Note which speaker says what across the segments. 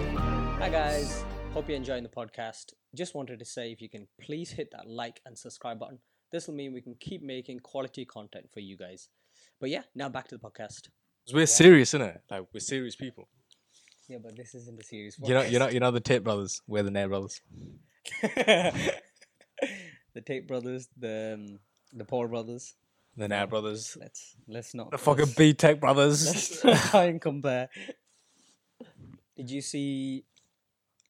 Speaker 1: Hi guys, hope you're enjoying the podcast. Just wanted to say if you can please hit that like and subscribe button. This will mean we can keep making quality content for you guys. But yeah, now back to the podcast.
Speaker 2: 'Cause We're serious, isn't it? Like we're serious people.
Speaker 1: Yeah, but this isn't a serious
Speaker 2: You know, you know, you know the Tate brothers. We're the Nair brothers.
Speaker 1: the Tate brothers, the um, the Paul brothers.
Speaker 2: The Nair brothers.
Speaker 1: Let's let's not
Speaker 2: The fucking
Speaker 1: let's-
Speaker 2: B Tech brothers.
Speaker 1: let's not try and compare. Did you see?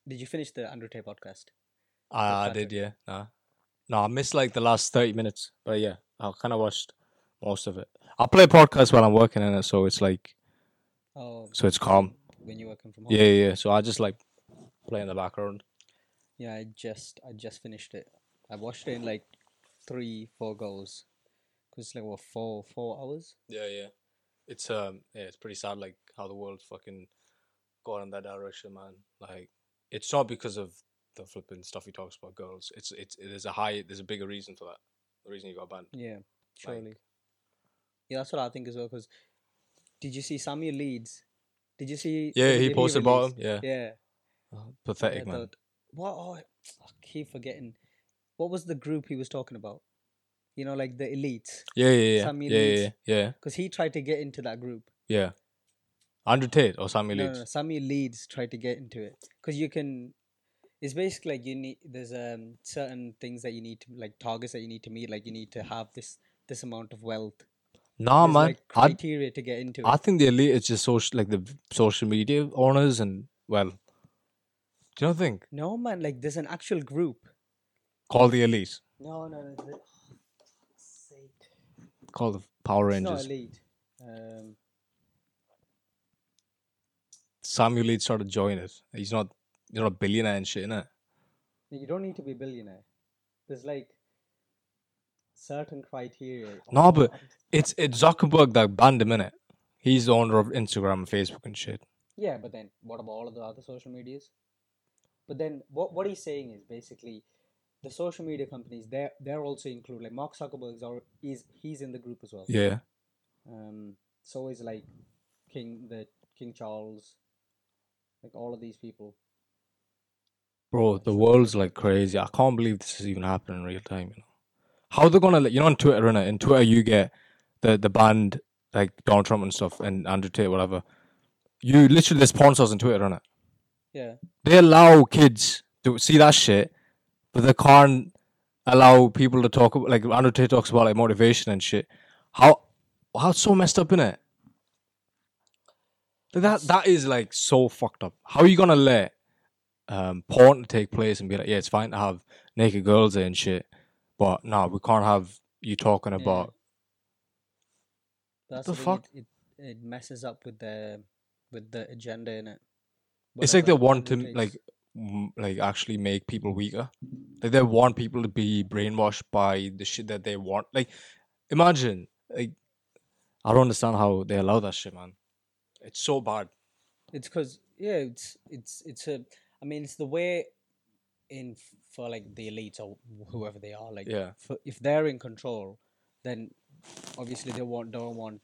Speaker 1: Did you finish the Andrew Tate podcast?
Speaker 2: Ah, I, I did, yeah. Nah, no, I missed like the last thirty minutes, but yeah, I kind of watched most of it. I play podcasts while I'm working in it, so it's like,
Speaker 1: Oh,
Speaker 2: so it's calm.
Speaker 1: when you're working from home.
Speaker 2: Yeah, yeah. yeah. So I just like play in the background.
Speaker 1: Yeah, I just I just finished it. I watched it in like three, four goes. Cause it's like what four, four hours.
Speaker 2: Yeah, yeah. It's um, yeah, it's pretty sad, like how the world's fucking gone in that direction, man. Like, it's not because of the flipping stuff he talks about girls. It's it's it is a high. There's a bigger reason for that. The reason you got banned.
Speaker 1: Yeah, surely. yeah, that's what I think as well. Cause did you see Samuel Leeds? Did you see? the
Speaker 2: Yeah,
Speaker 1: video
Speaker 2: he posted about him.
Speaker 1: released?
Speaker 2: Yeah,
Speaker 1: Yeah. I
Speaker 2: pathetic man.
Speaker 1: thought, what? Oh, I keep forgetting. What was the group he was talking about? You know, like the elite.
Speaker 2: Yeah, yeah, yeah,
Speaker 1: Sammy
Speaker 2: yeah, yeah,
Speaker 1: Leeds.
Speaker 2: yeah,
Speaker 1: Cause he tried to get into that group.
Speaker 2: yeah. Andrew Tate or Sammy
Speaker 1: no,
Speaker 2: Leeds.
Speaker 1: No, no, Sami Leeds tried to get into it because you can. It's basically like you need. There's um certain things that you need to like targets that you need to meet. Like you need to have this this amount of wealth.
Speaker 2: Nah,
Speaker 1: There's,
Speaker 2: man.
Speaker 1: like, criteria to get into
Speaker 2: I I
Speaker 1: it.
Speaker 2: think the elite is just social, like the v- social media owners, and well, do you not think
Speaker 1: No man, like there's an actual group.
Speaker 2: call the elite,
Speaker 1: No, no, no. The, sake.
Speaker 2: call the Power
Speaker 1: It's not
Speaker 2: Rangers?
Speaker 1: elite. Um,
Speaker 2: Samuel Leeds started joining it. He's not you're not a billionaire and shit, innit?
Speaker 1: you don't need to be a billionaire. There's like certain criteria.
Speaker 2: No, but it's it's Zuckerberg that banned him, innit? He's the owner of Instagram and Facebook and shit.
Speaker 1: Yeah, but then what about all of the other social medias? But then what what he's saying is basically the social media companies they're they're also included. Like Mark Zuckerberg's or is he's in the group as well.
Speaker 2: Yeah.
Speaker 1: Um so is like King the King Charles, like all of these people.
Speaker 2: Bro, the world's like crazy. I can't believe this is even happening in real time, you know. How they're gonna like you know on Twitter, innit? In Twitter you get the the band like Donald Trump and stuff and Andrew Tate, whatever. You literally the sponsors on Twitter, innit?
Speaker 1: Yeah.
Speaker 2: they allow kids to see that shit, but they can't allow people to talk about like Andrew Tate talks about like motivation and shit. How how it's so messed up in it? That that is like so fucked up. How are you gonna let um porn take place and be like, yeah, it's fine to have naked girls there and shit, but no, we can't have you talking
Speaker 1: Yeah.
Speaker 2: about
Speaker 1: That's
Speaker 2: the
Speaker 1: thing,
Speaker 2: fuck?
Speaker 1: It, it it messes up with the with the agenda in it.
Speaker 2: it's like they want to like m- like actually make people weaker like they want people to be brainwashed by the shit that they want like imagine like i don't understand how they allow that shit man it's so bad
Speaker 1: It's because yeah, it's it's it's a. I mean, it's the way in f- for like the elites or whoever they are. Like,
Speaker 2: Yeah.
Speaker 1: for, if they're in control, then obviously they want don't want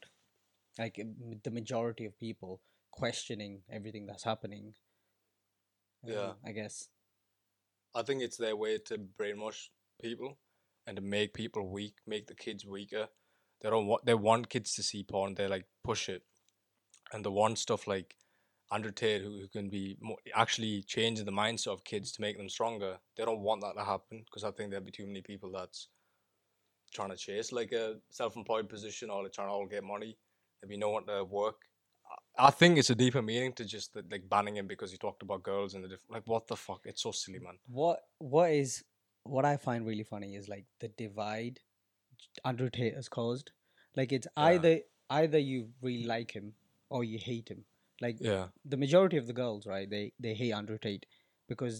Speaker 1: like m- the majority of people questioning everything that's happening.
Speaker 2: Yeah.
Speaker 1: Um, I guess.
Speaker 2: i think it's their way to brainwash people and to make people weak make the kids weaker they don't want they want kids to see porn they like push it and they want stuff like Andrew Tate, who, who can be more, actually changing the mindset of kids to make them stronger, they don't want that to happen because I think there'd be too many people that's trying to chase like a self-employed position or they're trying to all get money. There'd be no one to work. I- I think it's a deeper meaning to just the, like banning him because he talked about girls and the different like what the fuck. It's so silly, man.
Speaker 1: What what is what I find really funny is like the divide Andrew Tate has caused. Like it's
Speaker 2: Yeah.
Speaker 1: either either you really like him or you hate him. Like
Speaker 2: Yeah,
Speaker 1: the majority of the girls, right? They they hate Andrew Tate because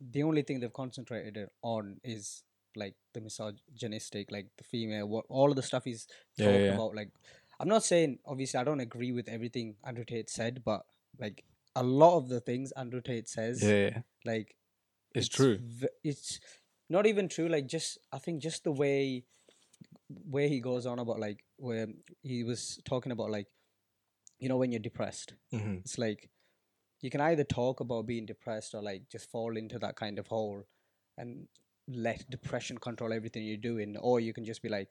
Speaker 1: the only thing they've concentrated it on is like the misogynistic, like the female, what all of the stuff he's
Speaker 2: Yeah,
Speaker 1: talked
Speaker 2: yeah.
Speaker 1: about. Like, I'm not saying obviously I don't agree with everything Andrew Tate said, but like a lot of the things Andrew Tate says,
Speaker 2: yeah,
Speaker 1: like
Speaker 2: it's, true.
Speaker 1: v- It's not even true. Like just, I think just the way where he goes on about like where he was talking about like, you know, when you're depressed,
Speaker 2: hmm
Speaker 1: it's like you can either talk about being depressed or like just fall into that kind of hole and let depression control everything you're doing or you can just be like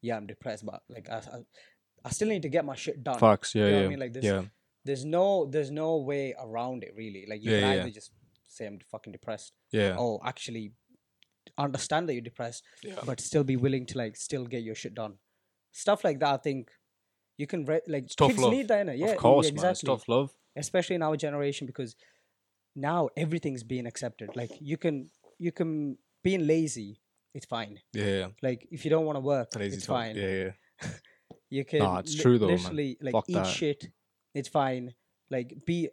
Speaker 1: yeah i'm depressed but like i, I, I still need to get my shit done
Speaker 2: Facts. Yeah,
Speaker 1: You know what I
Speaker 2: yeah,
Speaker 1: mean? Like this-
Speaker 2: yeah.
Speaker 1: there's no there's no way around it really like you
Speaker 2: Yeah,
Speaker 1: can
Speaker 2: yeah,
Speaker 1: either just say i'm fucking depressed
Speaker 2: Yeah.
Speaker 1: or actually understand that you're depressed
Speaker 2: Yeah.
Speaker 1: but still be willing to like still get your shit done stuff like that i think you can re- like
Speaker 2: It's tough
Speaker 1: kids
Speaker 2: love.
Speaker 1: need that innit? yeah
Speaker 2: of course,
Speaker 1: exactly
Speaker 2: man. It's tough love.
Speaker 1: especially in our generation because now everything's being accepted like you can you can being lazy it's fine
Speaker 2: Yeah, yeah.
Speaker 1: like if you don't want to work
Speaker 2: Lazy
Speaker 1: it's
Speaker 2: talk.
Speaker 1: fine
Speaker 2: Yeah, yeah.
Speaker 1: you can
Speaker 2: Nah, it's
Speaker 1: li-
Speaker 2: true though, man.
Speaker 1: literally like
Speaker 2: Fuck
Speaker 1: eat
Speaker 2: that.
Speaker 1: shit it's fine like be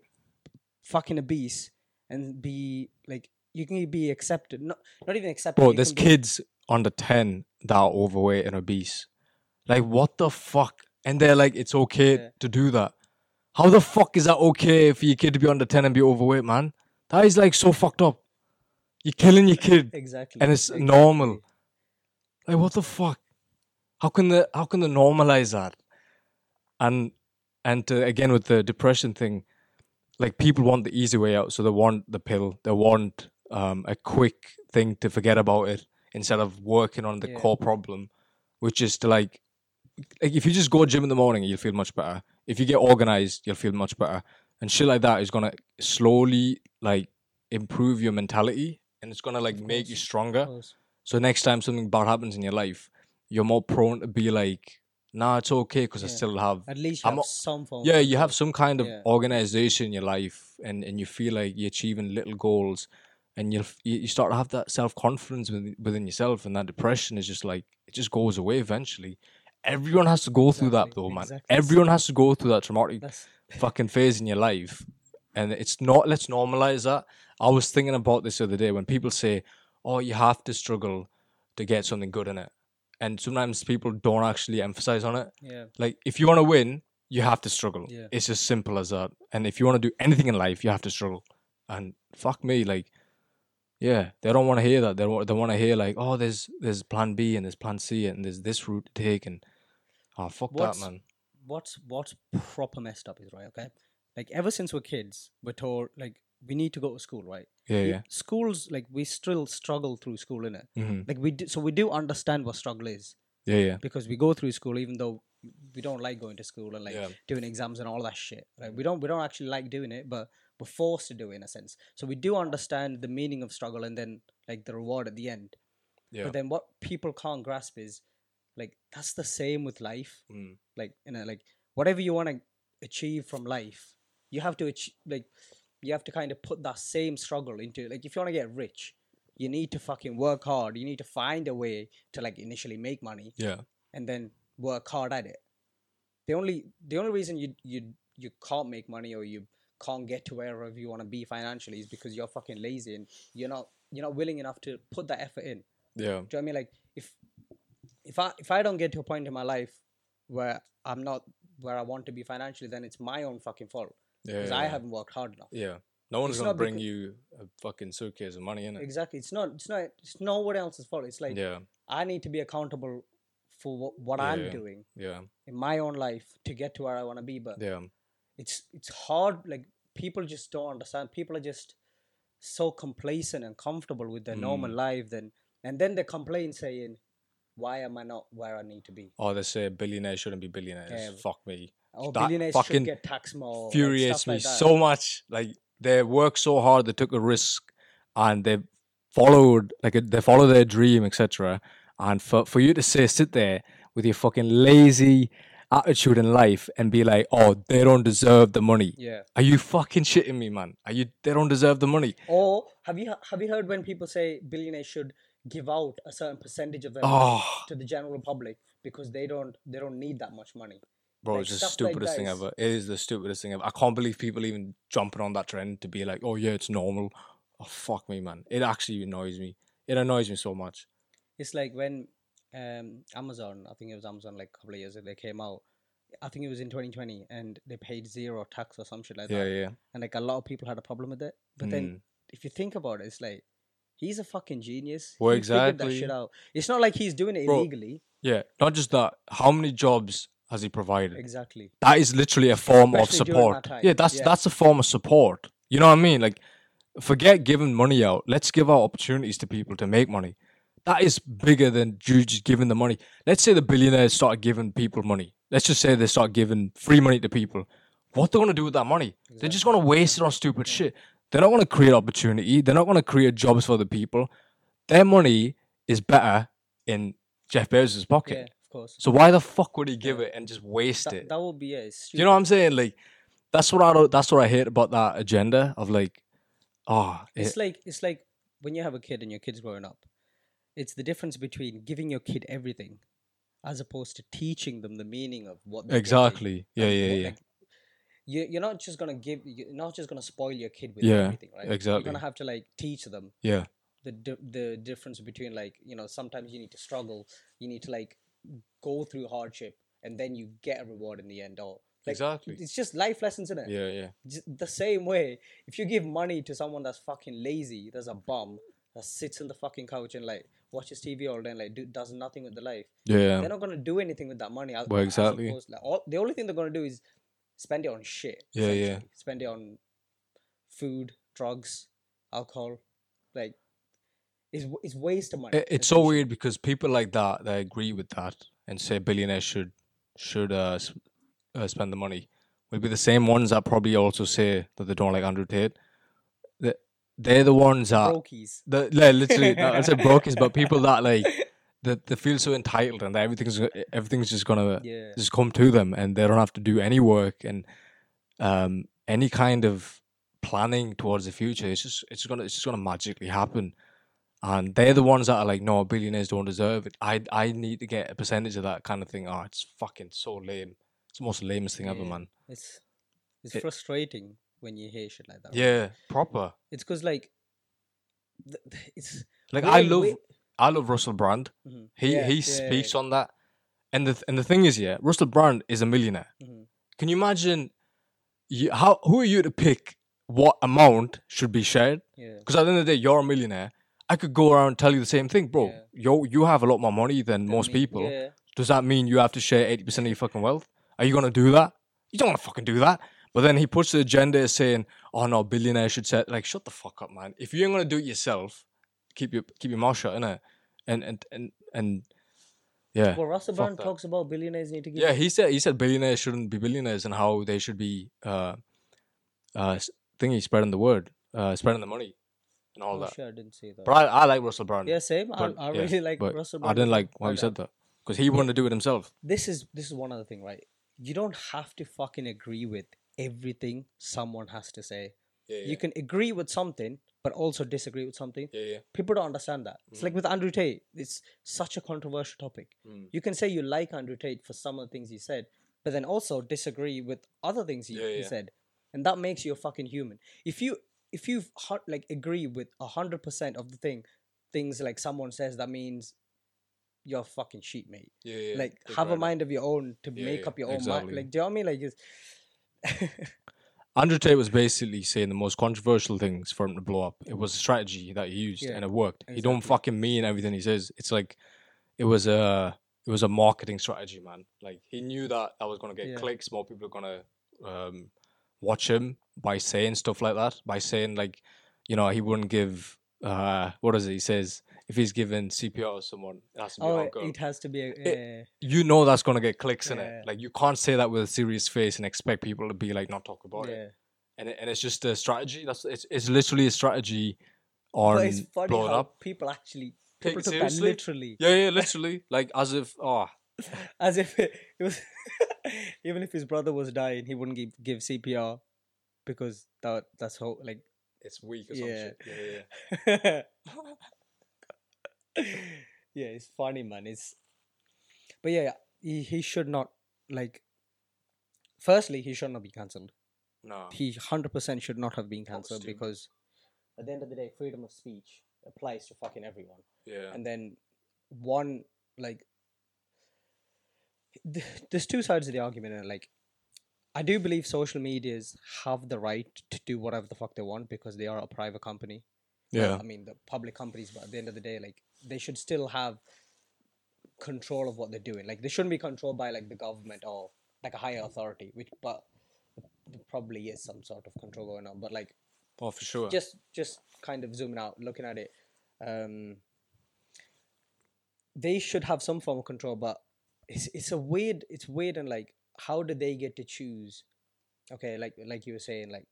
Speaker 1: fucking obese and be like you can be accepted not not even accepted
Speaker 2: Bro,
Speaker 1: you
Speaker 2: there's
Speaker 1: can be-
Speaker 2: kids under 10 that are overweight and obese. Like, what the fuck? And they're like, it's okay
Speaker 1: Yeah.
Speaker 2: to do that. How the fuck is that okay for your kid to be under 10 and be overweight, man? That is like so fucked up. You're killing your kid.
Speaker 1: exactly
Speaker 2: And it's
Speaker 1: exactly.
Speaker 2: normal. Like, what the
Speaker 1: Mm.
Speaker 2: fuck? How can the how can they normalize that? And and to, again with the depression thing, like people want the easy way out, so they want the pill, they want um, a quick thing to forget about it instead of working on the
Speaker 1: Yeah.
Speaker 2: core problem, which is to like, like if you just go gym in the morning, you'll feel much better. If you get organized, you'll feel much better, and shit like that is gonna slowly like improve your mentality, and it's gonna like
Speaker 1: Of
Speaker 2: make you
Speaker 1: course.
Speaker 2: stronger.
Speaker 1: Of course.
Speaker 2: So next time something bad happens in your life, you're more prone to be like, nah, it's okay because I
Speaker 1: Yeah.
Speaker 2: still have.
Speaker 1: at least you
Speaker 2: I'm
Speaker 1: have
Speaker 2: o-
Speaker 1: some form
Speaker 2: Yeah,
Speaker 1: of
Speaker 2: you have some kind of
Speaker 1: Yeah.
Speaker 2: organization in your life, and and you feel like you're achieving little goals, and you'll f- you you start to have that self confidence within, within yourself, and that depression is just like it just goes away eventually. Everyone has to go through that
Speaker 1: Exactly,
Speaker 2: though, man.
Speaker 1: exactly.
Speaker 2: Everyone has to go through that traumatic
Speaker 1: that's
Speaker 2: fucking phase in your life and it's not let's normalize that i was thinking about this the other day when people say oh you have to struggle to get something good in it and sometimes people don't actually emphasize on it
Speaker 1: yeah
Speaker 2: like if you want to win you have to struggle
Speaker 1: Yeah.
Speaker 2: it's as simple as that and if you want to do anything in life you have to struggle and fuck me like yeah they don't want to hear that they, wa- they want to hear like oh there's there's plan b and there's plan c and there's this route to take and oh fuck
Speaker 1: What's-
Speaker 2: that man
Speaker 1: what's what's proper messed up is right okay like ever since we're kids we're told like we need to go to school right
Speaker 2: yeah
Speaker 1: We-
Speaker 2: yeah
Speaker 1: schools like we still struggle through school innit?
Speaker 2: hmm
Speaker 1: like we do, so we do understand what struggle is
Speaker 2: yeah yeah
Speaker 1: because we go through school even though we don't like going to school and like
Speaker 2: Yeah. Mm-hmm.
Speaker 1: doing exams and all that shit like we don't we don't actually like doing it but we're forced to do it in a sense so we do understand the meaning of struggle and then like the reward at the end
Speaker 2: yeah
Speaker 1: but then what people can't grasp is like that's the same with life
Speaker 2: Mm.
Speaker 1: like you know like whatever you want to achieve from life you have to ach- like you have to kind of put that same struggle into like if you want to get rich you need to fucking work hard you need to find a way to like initially make money
Speaker 2: Yeah,
Speaker 1: and then work hard at it the only the only reason you you you can't make money or you can't get to wherever you want to be financially is because you're fucking lazy and you're not you're not willing enough to put that effort in
Speaker 2: yeah,
Speaker 1: do you know what I mean? Like if if I if I don't get to a point in my life where I'm not where I want to be financially, then it's my own fucking fault
Speaker 2: yeah.
Speaker 1: because I haven't worked hard enough.
Speaker 2: Yeah, no one's
Speaker 1: It's
Speaker 2: gonna
Speaker 1: not
Speaker 2: bring
Speaker 1: becau-
Speaker 2: you a fucking suitcase of money in it.
Speaker 1: Exactly. It's not. It's not. It's no one else's fault. It's like
Speaker 2: Yeah,
Speaker 1: I need to be accountable for what, what I'm
Speaker 2: Yeah.
Speaker 1: doing
Speaker 2: yeah,
Speaker 1: in my own life to get to where I want to be. But
Speaker 2: yeah,
Speaker 1: it's it's hard. Like people just don't understand. People are just so complacent and comfortable with their normal
Speaker 2: Mm.
Speaker 1: life. Then and then they complain saying, "Why am I not where I need to be?"
Speaker 2: Oh, they say billionaires shouldn't be billionaires.
Speaker 1: Yeah.
Speaker 2: Fuck me,
Speaker 1: Oh,
Speaker 2: That
Speaker 1: billionaires
Speaker 2: fucking
Speaker 1: should get taxed more. like, stuff
Speaker 2: infuriates me
Speaker 1: like that.
Speaker 2: so much. Like they work so hard, they took a risk, and they followed like they follow their dream, etc. And for for you to say sit there with your fucking lazy attitude in life and be like, oh, they don't deserve the money.
Speaker 1: Yeah.
Speaker 2: Are you fucking shitting me, man? Are you? They don't deserve the money.
Speaker 1: Or have you have you heard when people say billionaires should give out a certain percentage of their money
Speaker 2: Oh.
Speaker 1: to the general public because they don't they don't need that much money.
Speaker 2: Bro,
Speaker 1: Like,
Speaker 2: it's the
Speaker 1: stuff like
Speaker 2: stupidest
Speaker 1: that
Speaker 2: thing
Speaker 1: is-
Speaker 2: ever. It is the stupidest thing ever. I can't believe people even jumping on that trend to be like, oh yeah, it's normal. Oh fuck me, man. It actually annoys me. It annoys me so much.
Speaker 1: It's like when um, Amazon, I think it was Amazon, like a couple of years ago, they came out. I think it was in 2020, and they paid zero tax or some shit like
Speaker 2: Yeah, Mm.
Speaker 1: that.
Speaker 2: yeah.
Speaker 1: And like a lot of people had a problem with it. But then if you think about it, it's like he's a fucking genius.
Speaker 2: Well,
Speaker 1: he figured that
Speaker 2: exactly.
Speaker 1: shit out. It's not like he's doing it
Speaker 2: Bro.
Speaker 1: illegally.
Speaker 2: Yeah. Not just that. How many jobs has he provided?
Speaker 1: Exactly.
Speaker 2: That is literally a form
Speaker 1: Especially
Speaker 2: of
Speaker 1: during
Speaker 2: support.
Speaker 1: that time,
Speaker 2: Yeah, that's
Speaker 1: yeah.
Speaker 2: that's a form of support. You know what I mean? Like, forget giving money out. Let's give out opportunities to people to make money. That is bigger than you just giving the money. Let's say the billionaires start giving people money. Let's just say they start giving free money to people. What they going to do with that money? They're just going to waste it on stupid shit. They're not going to create opportunity. They're not going to create jobs for the people. Their money is better in Jeff Bezos' pocket.
Speaker 1: Yeah, of course.
Speaker 2: So why the fuck would he give it and just waste it?
Speaker 1: That, that would be it. It's
Speaker 2: you know what I'm saying? Like that's what I don't, that's what I hate about that agenda of like, oh, it,
Speaker 1: It's like it's like when you have a kid and your kid's growing up. It's the difference between giving your kid everything, as opposed to teaching them the meaning of what they're getting.
Speaker 2: exactly, yeah, yeah,
Speaker 1: What-
Speaker 2: yeah,
Speaker 1: like, you you're not just gonna give you're not just gonna spoil your kid with
Speaker 2: Yeah,
Speaker 1: everything, right? You're
Speaker 2: exactly.
Speaker 1: gonna have to like teach them
Speaker 2: yeah,
Speaker 1: the di- the difference between like you know sometimes you need to struggle, you need to like go through hardship, and then you get a reward in the end. Or like,
Speaker 2: Exactly.
Speaker 1: it's just life lessons, isn't it?
Speaker 2: yeah, yeah.
Speaker 1: J- the same way if you give money to someone that's fucking lazy there's a bum that sits on the fucking couch and like watches tv all day and like do, does nothing with the life
Speaker 2: Yeah,
Speaker 1: they're not gonna do anything with that money as-
Speaker 2: Well,
Speaker 1: as
Speaker 2: exactly.
Speaker 1: opposed- like, all, the only thing they're gonna do is spend it on shit
Speaker 2: Yeah, yeah.
Speaker 1: essentially. spend it on food drugs alcohol like it's, w- it's waste of money
Speaker 2: It- it's so weird because people like that they agree with that and say billionaires should should uh, s- uh spend the money will be the same ones that probably also say that they don't like Andrew Tate. They- They're the ones that
Speaker 1: brokies
Speaker 2: the like, literally no, I said brokies, but people that like that they feel so entitled and that everything's go- everything's just gonna
Speaker 1: yeah
Speaker 2: just come to them and they don't have to do any work and um any kind of planning towards the future. It's just it's gonna it's just gonna magically happen. And they're the ones that are like, no, billionaires don't deserve it. I I need to get a percentage of that kind of thing. Oh, it's fucking so lame. It's the most lamest thing ever,
Speaker 1: Yeah.
Speaker 2: man.
Speaker 1: it's it's
Speaker 2: It-
Speaker 1: frustrating when you hear shit like that right?
Speaker 2: Yeah, proper.
Speaker 1: it's because like th- th- it's
Speaker 2: Like
Speaker 1: Wait,
Speaker 2: I love,
Speaker 1: wait.
Speaker 2: I love Russell Brand.
Speaker 1: Mhm.
Speaker 2: He
Speaker 1: Yeah,
Speaker 2: he
Speaker 1: yeah,
Speaker 2: speaks on that, and the th- and the thing is, yeah, Russell Brand is a millionaire.
Speaker 1: Mhm.
Speaker 2: Can you imagine? You, how who are you to pick what amount should be shared?
Speaker 1: yeah
Speaker 2: Because at the end of the day, you're a millionaire. I could go around and tell you the same thing, bro.
Speaker 1: Yeah.
Speaker 2: Yo, you have a lot more money than most
Speaker 1: me-
Speaker 2: people.
Speaker 1: yeah
Speaker 2: Does that mean you have to share eighty percent of your fucking wealth? Are you gonna do that? You don't wanna fucking do that. But then he puts the agenda as saying, "Oh no, billionaires should set like shut the fuck up, man. If you ain't gonna do it yourself, keep your keep your mouth shut, innit? And and and and yeah,
Speaker 1: well russell
Speaker 2: fuck
Speaker 1: brand
Speaker 2: that.
Speaker 1: talks about billionaires need to give
Speaker 2: yeah. He said he said billionaires shouldn't be billionaires and how they should be uh uh s- thingy spreading the word, uh spreading the money and all
Speaker 1: oh,
Speaker 2: that.
Speaker 1: shit, i didn't say that
Speaker 2: But I, I like Russell Brand.
Speaker 1: yeah same
Speaker 2: but,
Speaker 1: i, I
Speaker 2: yeah,
Speaker 1: really like
Speaker 2: but
Speaker 1: russell brand uh,
Speaker 2: I didn't like why
Speaker 1: I
Speaker 2: he
Speaker 1: know.
Speaker 2: said that because he wanted to do it himself.
Speaker 1: this is this is one other thing right you don't have to fucking agree with everything someone has to say
Speaker 2: Yeah,
Speaker 1: you can agree with something but also disagree with something
Speaker 2: yeah, yeah.
Speaker 1: people don't understand that it's like with andrew tate it's such a controversial topic
Speaker 2: Mm.
Speaker 1: you can say you like andrew tate for some of the things he said but then also disagree with other things he,
Speaker 2: Yeah,
Speaker 1: he
Speaker 2: yeah.
Speaker 1: said and that makes you a fucking human if you if you hu- like agree with 100% of the thing things like someone says that means you're a fucking sheep mate
Speaker 2: Yeah, yeah.
Speaker 1: like
Speaker 2: Big
Speaker 1: have a
Speaker 2: Brother.
Speaker 1: mind of your own to
Speaker 2: Yeah,
Speaker 1: make
Speaker 2: yeah,
Speaker 1: up your own
Speaker 2: exactly.
Speaker 1: mind like do you know what i mean like it's,
Speaker 2: Andrew Tate was basically saying the most controversial things for him to blow up. It was a strategy that he used,
Speaker 1: Yeah,
Speaker 2: and it worked. He don't fucking mean everything he says. It's like it was a it was a marketing strategy, man. Like he knew that I was gonna get
Speaker 1: Yeah.
Speaker 2: clicks, more people are gonna um, watch him by saying stuff like that. By saying like, you know, he wouldn't give uh, what is it? He says if he's giving CPR to someone, it has to be
Speaker 1: oh
Speaker 2: our girl.
Speaker 1: it has to be a, eh,
Speaker 2: you know that's gonna get clicks in
Speaker 1: Yeah.
Speaker 2: it. Like you can't say that with a serious face and expect people to be like not talk about it
Speaker 1: yeah
Speaker 2: and it, and it's just a strategy. That's it's, it's literally a strategy on
Speaker 1: but it's funny
Speaker 2: blow it
Speaker 1: how
Speaker 2: up.
Speaker 1: people actually
Speaker 2: Take
Speaker 1: people took
Speaker 2: it
Speaker 1: that
Speaker 2: seriously?
Speaker 1: literally
Speaker 2: Yeah, yeah, literally. like as if oh
Speaker 1: as if it, it was even if his brother was dying he wouldn't give, give cpr because that that's how like
Speaker 2: it's weak
Speaker 1: or some
Speaker 2: yeah.
Speaker 1: shit.
Speaker 2: Yeah,
Speaker 1: yeah it's funny man it's but yeah he, he should not like firstly he should not be cancelled
Speaker 2: No.
Speaker 1: he 100% should not have been cancelled
Speaker 2: stupid.
Speaker 1: because at the end of the day freedom of speech applies to fucking everyone
Speaker 2: Yeah.
Speaker 1: and then one like th- there's two sides of the argument and like i do believe social medias have the right to do whatever the fuck they want because they are a private company Well,
Speaker 2: Yeah.
Speaker 1: i mean the public companies but at the end of the day like they should still have control of what they're doing like they shouldn't be controlled by like the government or like a higher authority which but there probably is some sort of control going on but like
Speaker 2: Oh, for sure.
Speaker 1: just just kind of zooming out looking at it um they should have some form of control but it's it's a weird it's weird and like how do they get to choose okay like like you were saying like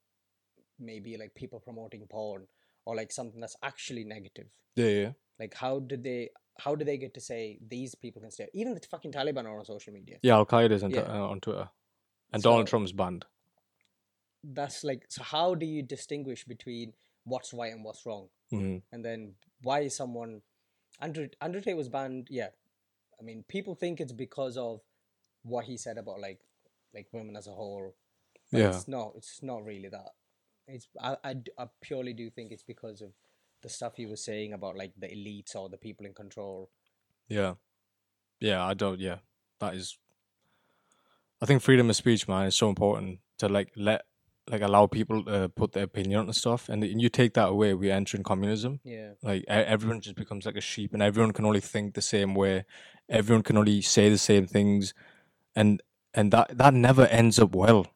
Speaker 1: maybe like people promoting porn or like something that's actually negative
Speaker 2: yeah, yeah.
Speaker 1: like how do they how do they get to say these people can stay even the fucking taliban are on social media
Speaker 2: Yeah, Al Qaeda's on,
Speaker 1: Yeah.
Speaker 2: t- uh, on Twitter. And Donald
Speaker 1: So-
Speaker 2: Trump's banned.
Speaker 1: that's like so how do you distinguish between what's right and what's wrong
Speaker 2: Mhm.
Speaker 1: and then why is someone Andrew Andrew Tate was banned? Yeah, I mean, people think it's because of what he said about like like women as a whole. But
Speaker 2: Yeah.
Speaker 1: it's not. It's not really that. It's I, I d- I purely do think it's because of the stuff he was saying about like the elites or the people in control.
Speaker 2: Yeah. Yeah, I don't. Yeah. That is. I think freedom of speech, man, is so important to like let, like allow people to put their opinion on stuff. And you take that away, we enter in communism.
Speaker 1: Yeah,
Speaker 2: Like e- everyone just becomes like a sheep, and everyone can only think the same way. Everyone can only say the same things, and and that that never ends up well.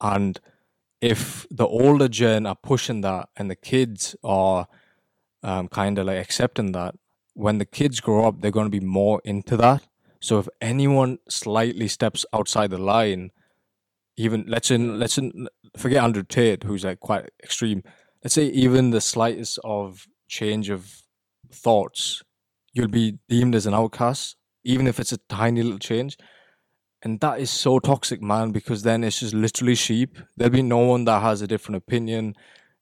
Speaker 2: And if the older gen are pushing that, and the kids are um, kind of like accepting that, when the kids grow up, they're going to be more into that. So if anyone slightly steps outside the line, even let's in let's in, forget Andrew Tate, who's like quite extreme. Let's say even the slightest of change of thoughts, you'll be deemed as an outcast, even if it's a tiny little change. And that is so toxic, man, because then it's just literally sheep. There'll be no one that has a different opinion.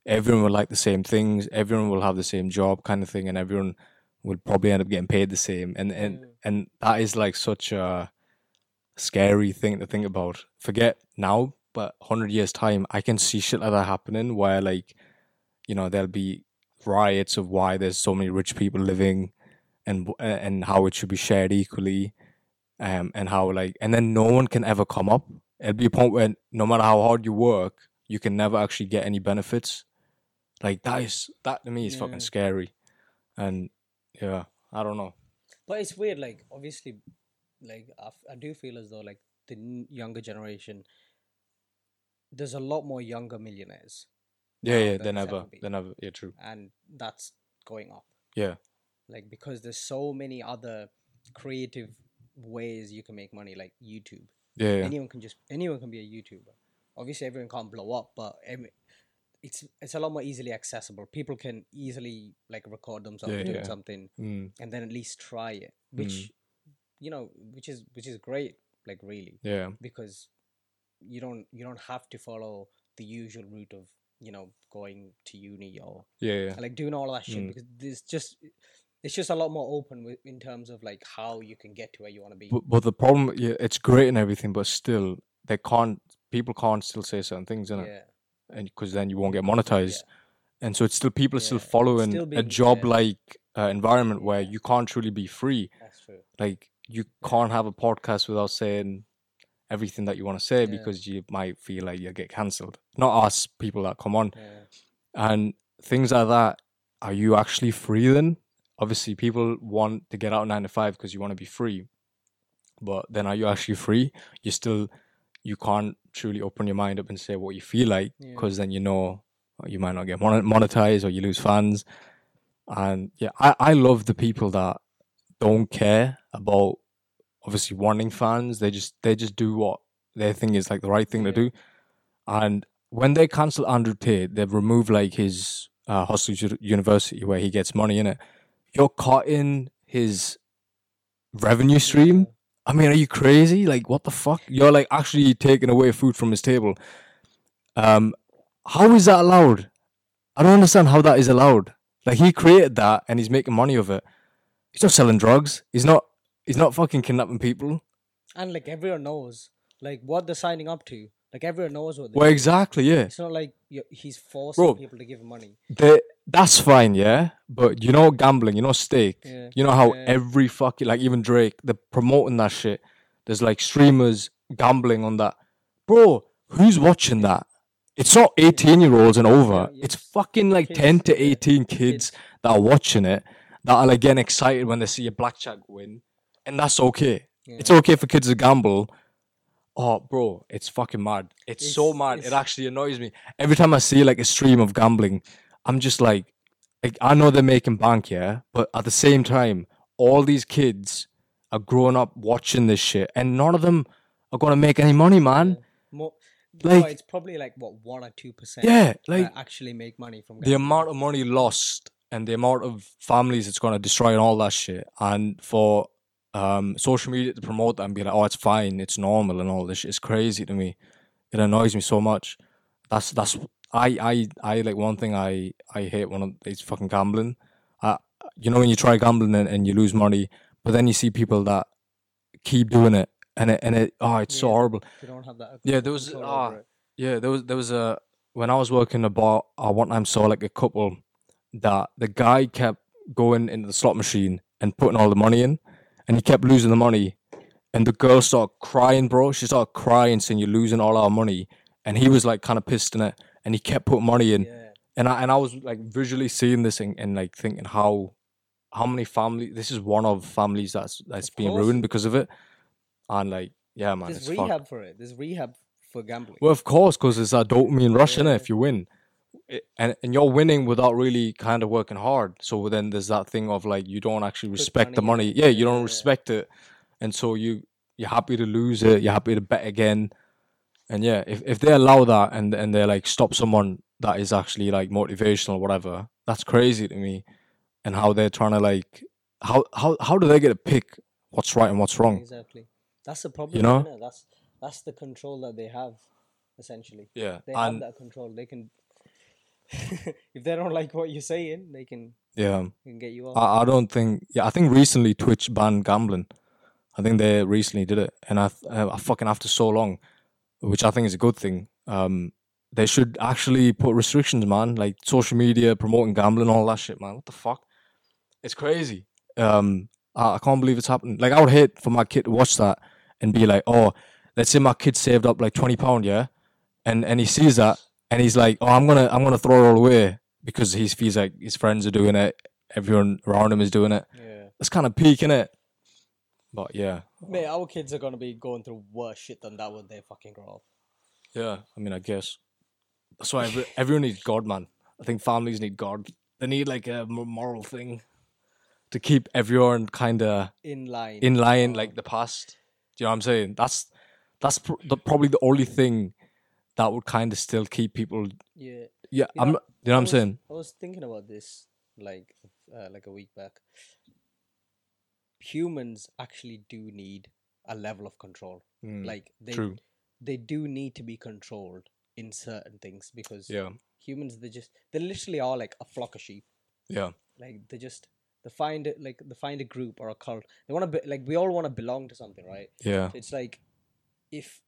Speaker 2: Everyone will like the same things. Everyone will have the same job, kind of thing, and everyone will probably end up getting paid the same. And and
Speaker 1: Mm.
Speaker 2: and that is like such a scary thing to think about. Forget now, but hundred years time, I can see shit like that happening where like, you know, there'll be riots of why there's so many rich people living, and w- a- and how it should be shared equally, um, and how like, and then no one can ever come up. It'll be a point where no matter how hard you work, you can never actually get any benefits. Like that is that to me is
Speaker 1: Yeah.
Speaker 2: fucking scary, and yeah, I don't know.
Speaker 1: but it's weird. Like obviously, like I, f- I do feel as though like the n- younger generation. There's a lot more younger millionaires,
Speaker 2: Yeah,
Speaker 1: Wow,
Speaker 2: yeah,
Speaker 1: that
Speaker 2: they
Speaker 1: is
Speaker 2: never,
Speaker 1: happy.
Speaker 2: they never. Yeah, true.
Speaker 1: and that's going up.
Speaker 2: Yeah,
Speaker 1: like because there's so many other creative ways you can make money like youtube
Speaker 2: yeah, yeah.
Speaker 1: anyone can just anyone can be a youtuber obviously everyone can't blow up but em- it's it's a lot more easily accessible people can easily like record themselves
Speaker 2: Yeah,
Speaker 1: doing
Speaker 2: yeah.
Speaker 1: something
Speaker 2: Mm,
Speaker 1: and then at least try it which you know which is which is great like really
Speaker 2: yeah.
Speaker 1: because you don't you don't have to follow the usual route of you know going to uni or
Speaker 2: Yeah, yeah.
Speaker 1: and, like doing all that shit
Speaker 2: Mm.
Speaker 1: because there's just it's just a lot more open with, in terms of like how you can get to where you want to be.
Speaker 2: But, but the problem, yeah, it's great and everything, but still, they can't. People can't still say certain things, innit?
Speaker 1: yeah,
Speaker 2: and because then you won't get monetized. And so it's still people are still
Speaker 1: Yeah, it's
Speaker 2: following
Speaker 1: still
Speaker 2: a
Speaker 1: being-
Speaker 2: job
Speaker 1: yeah.
Speaker 2: like uh, environment where
Speaker 1: Yeah.
Speaker 2: you can't truly be free.
Speaker 1: that's true.
Speaker 2: Like you can't have a podcast without saying everything that you want to say
Speaker 1: Yeah.
Speaker 2: because you might feel like you'll get cancelled. Not us people that come on
Speaker 1: Yeah,
Speaker 2: and things like that. Are you actually free then? Obviously, people want to get out nine to five because you want to be free, but then are you actually free? You still you can't truly open your mind up and say what you feel like
Speaker 1: Yeah.
Speaker 2: because then you know you might not get monet- monetized or you lose fans. And yeah, I, I love the people that don't care about obviously wanting fans. They just they just do what they think is like the right thing to
Speaker 1: Yeah.
Speaker 2: do. And when they cancel Andrew Tate, they've removed like his uh, hostage u- university where he gets money in it. You're cutting his revenue stream.
Speaker 1: Yeah.
Speaker 2: I mean, are you crazy? Like, what the fuck? You're like actually taking away food from his table. Um, how is that allowed? I don't understand how that is allowed. Like, he created that and he's making money of it. He's not selling drugs. He's not. He's not fucking kidnapping people.
Speaker 1: and like everyone knows, like what they're signing up to. Like everyone knows what. They
Speaker 2: Well, exactly. Yeah.
Speaker 1: It's not like you he's forcing
Speaker 2: Bro.
Speaker 1: people to give him money.
Speaker 2: They, that's fine, yeah. But you know gambling, you know stake.
Speaker 1: Yeah.
Speaker 2: You know how
Speaker 1: Yeah.
Speaker 2: every fucking like even Drake, they're promoting that shit. There's like streamers gambling on that. Bro, who's watching that? It's not 18 year olds and over.
Speaker 1: yeah.
Speaker 2: It's fucking like
Speaker 1: Kids,
Speaker 2: 10 to
Speaker 1: yeah.
Speaker 2: 18 kids that are watching it that are like getting excited when they see a blackjack win. And that's okay. It's okay for kids to gamble. Oh, bro, it's fucking mad. It's, so
Speaker 1: It's-
Speaker 2: mad.
Speaker 1: it's-
Speaker 2: It actually annoys me every time I see like a stream of gambling. I'm just like, like, I know they're making bank, yeah, but at the same time, all these kids are growing up watching this shit, and none of them are gonna make any money, man.
Speaker 1: More, no,
Speaker 2: Like-
Speaker 1: it's probably like what one or two percent.
Speaker 2: Yeah, like
Speaker 1: actually make money from
Speaker 2: the
Speaker 1: gambling.
Speaker 2: amount of money lost and the amount of families it's gonna destroy and all that shit, and for um social media to promote that and be like, oh, it's fine, it's normal, and all this shit is crazy to me. It annoys me so much. That's that's I I I like one thing I I hate when I'm- it's fucking gambling. I you know when you try gambling and, and you lose money, but then you see people that keep doing it and it and it oh it's so
Speaker 1: Yeah.
Speaker 2: horrible.
Speaker 1: They don't have that.
Speaker 2: Yeah, there was
Speaker 1: control
Speaker 2: ah
Speaker 1: over it.
Speaker 2: yeah, there was there was a when I was working a bar, I one time saw like a couple that the guy kept going into the slot machine and putting all the money in, and he kept losing the money, and the girl started crying, bro. She started crying, saying you're losing all our money, and he was like kind of pissed in it, and he kept putting money in,
Speaker 1: Yeah.
Speaker 2: and I and I was like visually seeing this and, and like thinking how how many family this is one of families that's that's
Speaker 1: Of
Speaker 2: being
Speaker 1: course.
Speaker 2: ruined because of it, and like yeah, man,
Speaker 1: There's
Speaker 2: it's fucked.
Speaker 1: rehab for it. There's rehab for gambling.
Speaker 2: Well, of course, because it's that dopamine rush in
Speaker 1: Yeah.
Speaker 2: it if you win, I- and and you're winning without really kind of working hard. So then there's that thing of like you don't actually respect the
Speaker 1: money
Speaker 2: money.
Speaker 1: in.
Speaker 2: Yeah, you
Speaker 1: Yeah.
Speaker 2: don't respect it, and so you you're happy to lose it. You're happy to bet again, and yeah, if if they allow that and and they like stop someone that is actually like motivational, whatever, that's crazy to me. And how they're trying to like how how how do they get to pick what's right and what's wrong?
Speaker 1: Exactly. That's the problem.
Speaker 2: Hmm. know?
Speaker 1: innit? That's that's the control that they have, essentially.
Speaker 2: Yeah,
Speaker 1: They have
Speaker 2: and
Speaker 1: that control. They can. if they don't like what you're saying, they can,
Speaker 2: yeah.
Speaker 1: can get you off.
Speaker 2: I, I don't think. Yeah, I think recently Twitch banned gambling. I think they recently did it, and I, th- uh, I fucking after so long, which I think is a good thing. Um, they should actually put restrictions, man. Like social media promoting gambling, all that shit, man. What the fuck? It's crazy. Um, I, I can't believe it's happening. Like I would hate for my kid to watch that and be like, oh, let's say my kid saved up like twenty pound, yeah, and and he sees that and he's like, oh, I'm gonna I'm gonna throw it all away because he feels like his friends are doing it, everyone around him is doing it.
Speaker 1: yeah.
Speaker 2: That's kind of peak, innit? But yeah,
Speaker 1: Mate, our kids are gonna be going through worse shit than that when they fucking grow up.
Speaker 2: yeah. I mean, I guess that's why every, everyone needs God, man. I think families need God. They need like a mo- moral thing to keep everyone kind of
Speaker 1: In line.
Speaker 2: in line, like the past. Do you know what I'm saying? That's that's pr- the, probably the only thing that would kind of still keep people.
Speaker 1: yeah.
Speaker 2: Yeah,
Speaker 1: You
Speaker 2: I'm.
Speaker 1: know,
Speaker 2: you know what
Speaker 1: I
Speaker 2: I'm
Speaker 1: was-
Speaker 2: saying?
Speaker 1: I was thinking about this like uh, like a week back. Humans actually do need a level of control.
Speaker 2: Mm,
Speaker 1: Like they
Speaker 2: true.
Speaker 1: they do need to be controlled in certain things because
Speaker 2: Yeah.
Speaker 1: humans they just they literally are like a flock of sheep.
Speaker 2: Yeah.
Speaker 1: Like they just they find it like they find a group or a cult. They want to be like we all want to belong to something, right?
Speaker 2: Yeah.
Speaker 1: So it's like if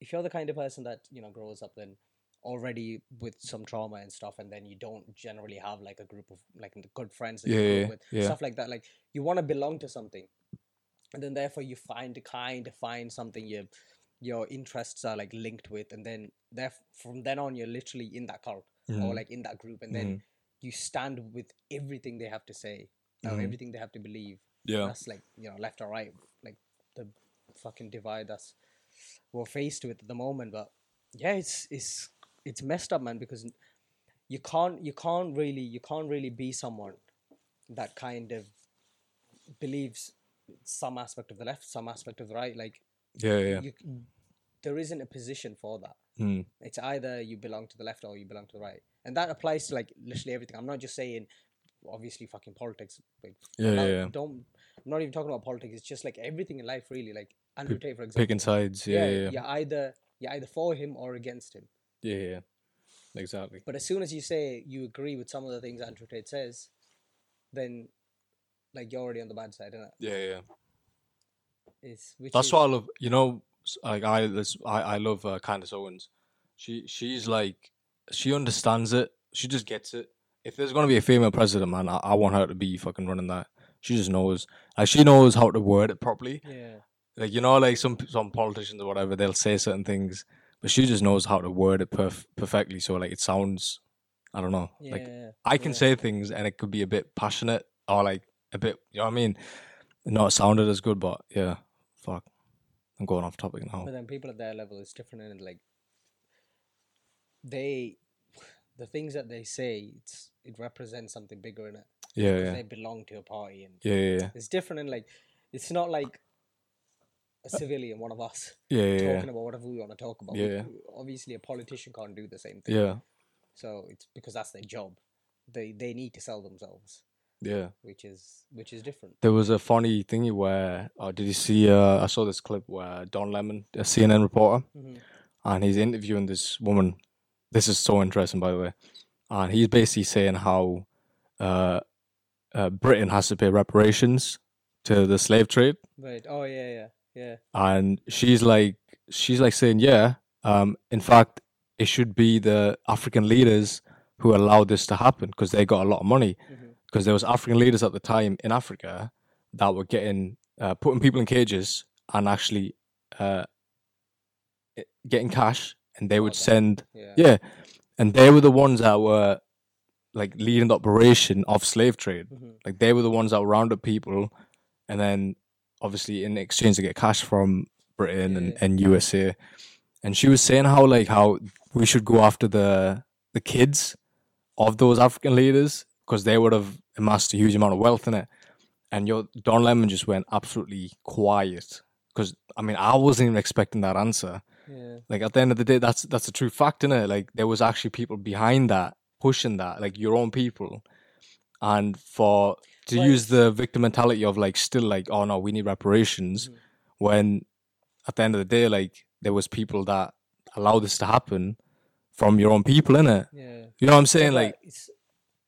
Speaker 1: if you're the kind of person that you know grows up then already with some trauma and stuff and then you don't generally have like a group of like the good friends that you
Speaker 2: Yeah,
Speaker 1: grow
Speaker 2: yeah,
Speaker 1: up with
Speaker 2: yeah.
Speaker 1: stuff like that like you want to belong to something and then therefore you find kind of find something your your interests are like linked with and then there from then on you're literally in that cult or
Speaker 2: Mhm.
Speaker 1: like in that group and then you stand with everything they have to say or
Speaker 2: Mhm.
Speaker 1: everything they have to believe
Speaker 2: Yeah.
Speaker 1: that's like you know left or right like the fucking divide that's we're faced with at the moment but yeah it's it's it's messed up man because you can't you can't really you can't really be someone that kind of believes some aspect of the left some aspect of the right like
Speaker 2: Yeah. Yeah.
Speaker 1: you there isn't a position for that
Speaker 2: Mm.
Speaker 1: it's either you belong to the left or you belong to the right and that applies to like literally everything i'm not just saying obviously fucking politics like
Speaker 2: Yeah,
Speaker 1: not-
Speaker 2: yeah, yeah.
Speaker 1: don't I'm not even talking about politics it's just like everything in life really like andrew tate for example
Speaker 2: Picking sides. Yeah. Yeah. Yeah.
Speaker 1: you're either you're either for him or against him
Speaker 2: Yeah. yeah. Exactly.
Speaker 1: but as soon as you say you agree with some of the things andrew tate says then like you're already on the bad side isn't it?
Speaker 2: Yeah. Yeah.
Speaker 1: it's which
Speaker 2: That's
Speaker 1: is,
Speaker 2: why I love. You know, s- like I, this, I, I love uh, Candace Owens. She, she's like, she understands it. She just gets it. If there's gonna be a female president, man, I, I want her to be fucking running that. She just knows. Like she knows how to word it properly.
Speaker 1: yeah
Speaker 2: Like you know, like some some politicians or whatever, they'll say certain things, but she just knows how to word it perf- perfectly. So like it sounds, I don't know,
Speaker 1: yeah
Speaker 2: like I can
Speaker 1: yeah.
Speaker 2: say things and it could be a bit passionate or like a bit, you know what I mean? Not sounded as good, but yeah, fuck. I'm going off topic now.
Speaker 1: But then people at their level is different and like they the things that they say it's it represents something bigger in it.
Speaker 2: Yeah,
Speaker 1: 'cause
Speaker 2: yeah,
Speaker 1: They belong to a party and
Speaker 2: yeah, yeah,
Speaker 1: it's different and like it's not like a civilian, one of us,
Speaker 2: Uh. yeah, yeah, yeah,
Speaker 1: talking about whatever we want to talk about. We-
Speaker 2: Yeah.
Speaker 1: Obviously a politician can't do the same thing.
Speaker 2: yeah,
Speaker 1: So it's because that's their job. They they need to sell themselves,
Speaker 2: yeah.
Speaker 1: which is which is different.
Speaker 2: There was a funny thingy where, oh, did you see? Uh, I saw this clip where Don Lemon, a CNN reporter,
Speaker 1: Mhm.
Speaker 2: and he's interviewing this woman. This is so interesting, by the way. And he's basically saying how uh, uh, Britain has to pay reparations to the slave trade,
Speaker 1: Right. Oh yeah, yeah, yeah.
Speaker 2: and she's like, she's like saying, yeah. Um, in fact, it should be the African leaders who allowed this to happen because they got a lot of money.
Speaker 1: Mhm.
Speaker 2: Because there was African leaders at the time in Africa that were getting uh, putting people in cages and actually uh, i- getting cash, and they would
Speaker 1: Okay.
Speaker 2: send
Speaker 1: Yeah.
Speaker 2: yeah, and they were the ones that were like leading the operation of slave trade.
Speaker 1: Mhm.
Speaker 2: Like they were the ones that rounded people, and then obviously in exchange they get cash from Britain and,
Speaker 1: Yeah.
Speaker 2: and USA. And she was saying how like how we should go after the the kids of those African leaders because they would have amassed a huge amount of wealth in it. And your Don Lemon just went absolutely quiet because I mean I wasn't even expecting that answer
Speaker 1: Yeah.
Speaker 2: like at the end of the day that's that's a true fact in it like there was actually people behind that pushing that like your own people and for to
Speaker 1: Well,
Speaker 2: use the victim mentality of like still like oh no we need reparations
Speaker 1: Mhm.
Speaker 2: when at the end of the day like there was people that allowed this to happen from your own people in it
Speaker 1: Yeah.
Speaker 2: you know what i'm saying
Speaker 1: Yeah,
Speaker 2: like
Speaker 1: but it's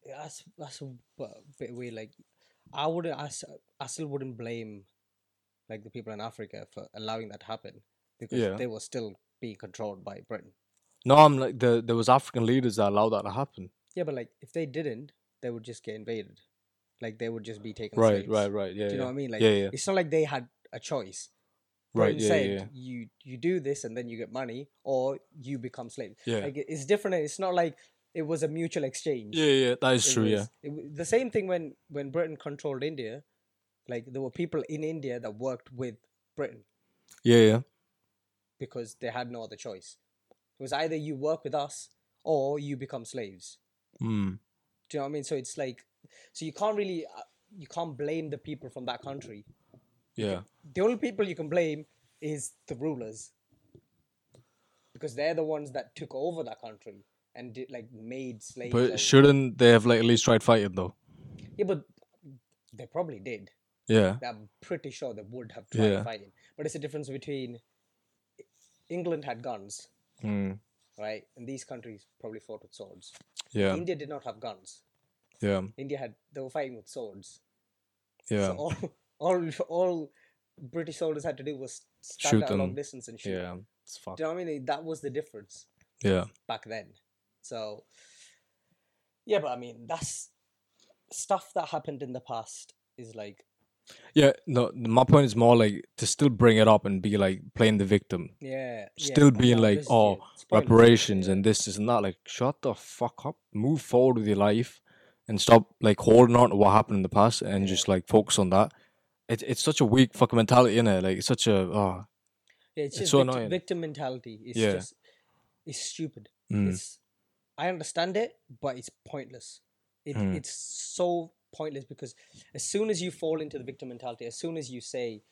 Speaker 1: that's that's a bu- bit weird. Like, I wouldn't. I, s- I still wouldn't blame like the people in Africa for allowing that to happen because
Speaker 2: Yeah.
Speaker 1: they were still being controlled by Britain.
Speaker 2: no i'm like the, there was african leaders that allowed that to happen
Speaker 1: Yeah, but like if they didn't, they would just get invaded. Like they would just be taken. as
Speaker 2: right
Speaker 1: slaves.
Speaker 2: right right yeah
Speaker 1: Do you know
Speaker 2: yeah.
Speaker 1: what I mean? Like
Speaker 2: yeah yeah
Speaker 1: it's not like they had a choice.
Speaker 2: right
Speaker 1: Britain
Speaker 2: yeah
Speaker 1: said
Speaker 2: yeah
Speaker 1: you you do this and then you get money or you become slaves.
Speaker 2: yeah yeah
Speaker 1: Like it- it's different. It's not like it was a mutual exchange.
Speaker 2: yeah, yeah, that is
Speaker 1: It
Speaker 2: true yeah
Speaker 1: was- it w- the same thing when when Britain controlled India, like there were people in India that worked with Britain
Speaker 2: yeah yeah
Speaker 1: because they had no other choice. It was either you work with us or you become slaves.
Speaker 2: mm.
Speaker 1: Do you know what I mean? So it's like, so you can't really uh, you can't blame the people from that country.
Speaker 2: yeah
Speaker 1: The only people you can blame is the rulers because they're the ones that took over that country and did, like made slaves.
Speaker 2: But
Speaker 1: and-
Speaker 2: shouldn't they have like at least tried fighting though?
Speaker 1: yeah, but they probably did.
Speaker 2: Yeah.
Speaker 1: I'm pretty sure they would have tried
Speaker 2: Yeah.
Speaker 1: fighting. But it's a difference between England had guns, Hmm.
Speaker 2: Mm.
Speaker 1: right? And these countries probably fought with swords.
Speaker 2: Yeah.
Speaker 1: India did not have guns.
Speaker 2: Yeah.
Speaker 1: India had they were fighting with swords.
Speaker 2: Yeah.
Speaker 1: So all all all British soldiers had to do was stand
Speaker 2: Shoot
Speaker 1: at a long
Speaker 2: them.
Speaker 1: distance and shoot.
Speaker 2: Yeah. It's fucked.
Speaker 1: Do you know what I mean? That was the difference
Speaker 2: Yeah.
Speaker 1: back then. So yeah, but I mean that's stuff that happened in the past is like
Speaker 2: Yeah. No, my point is more like to still bring it up and be like playing the victim.
Speaker 1: yeah yeah,
Speaker 2: Still
Speaker 1: no,
Speaker 2: being like,
Speaker 1: this is
Speaker 2: "Oh,
Speaker 1: it. It's pointless."
Speaker 2: Reparations
Speaker 1: Yeah.
Speaker 2: and this is not like shut the fuck up. Move forward with your life and stop like holding on to what happened in the past and
Speaker 1: Yeah.
Speaker 2: just like focus on that. It, it's such a weak fucking mentality, innit? Like it's such a oh
Speaker 1: Yeah, it's
Speaker 2: It's
Speaker 1: just
Speaker 2: so
Speaker 1: victim,
Speaker 2: annoying.
Speaker 1: victim mentality. It's
Speaker 2: Yeah.
Speaker 1: just it's stupid.
Speaker 2: mm,
Speaker 1: It's I understand it, but it's pointless. It,
Speaker 2: Mm.
Speaker 1: It's so pointless because as soon as you fall into the victim mentality, as soon as you say,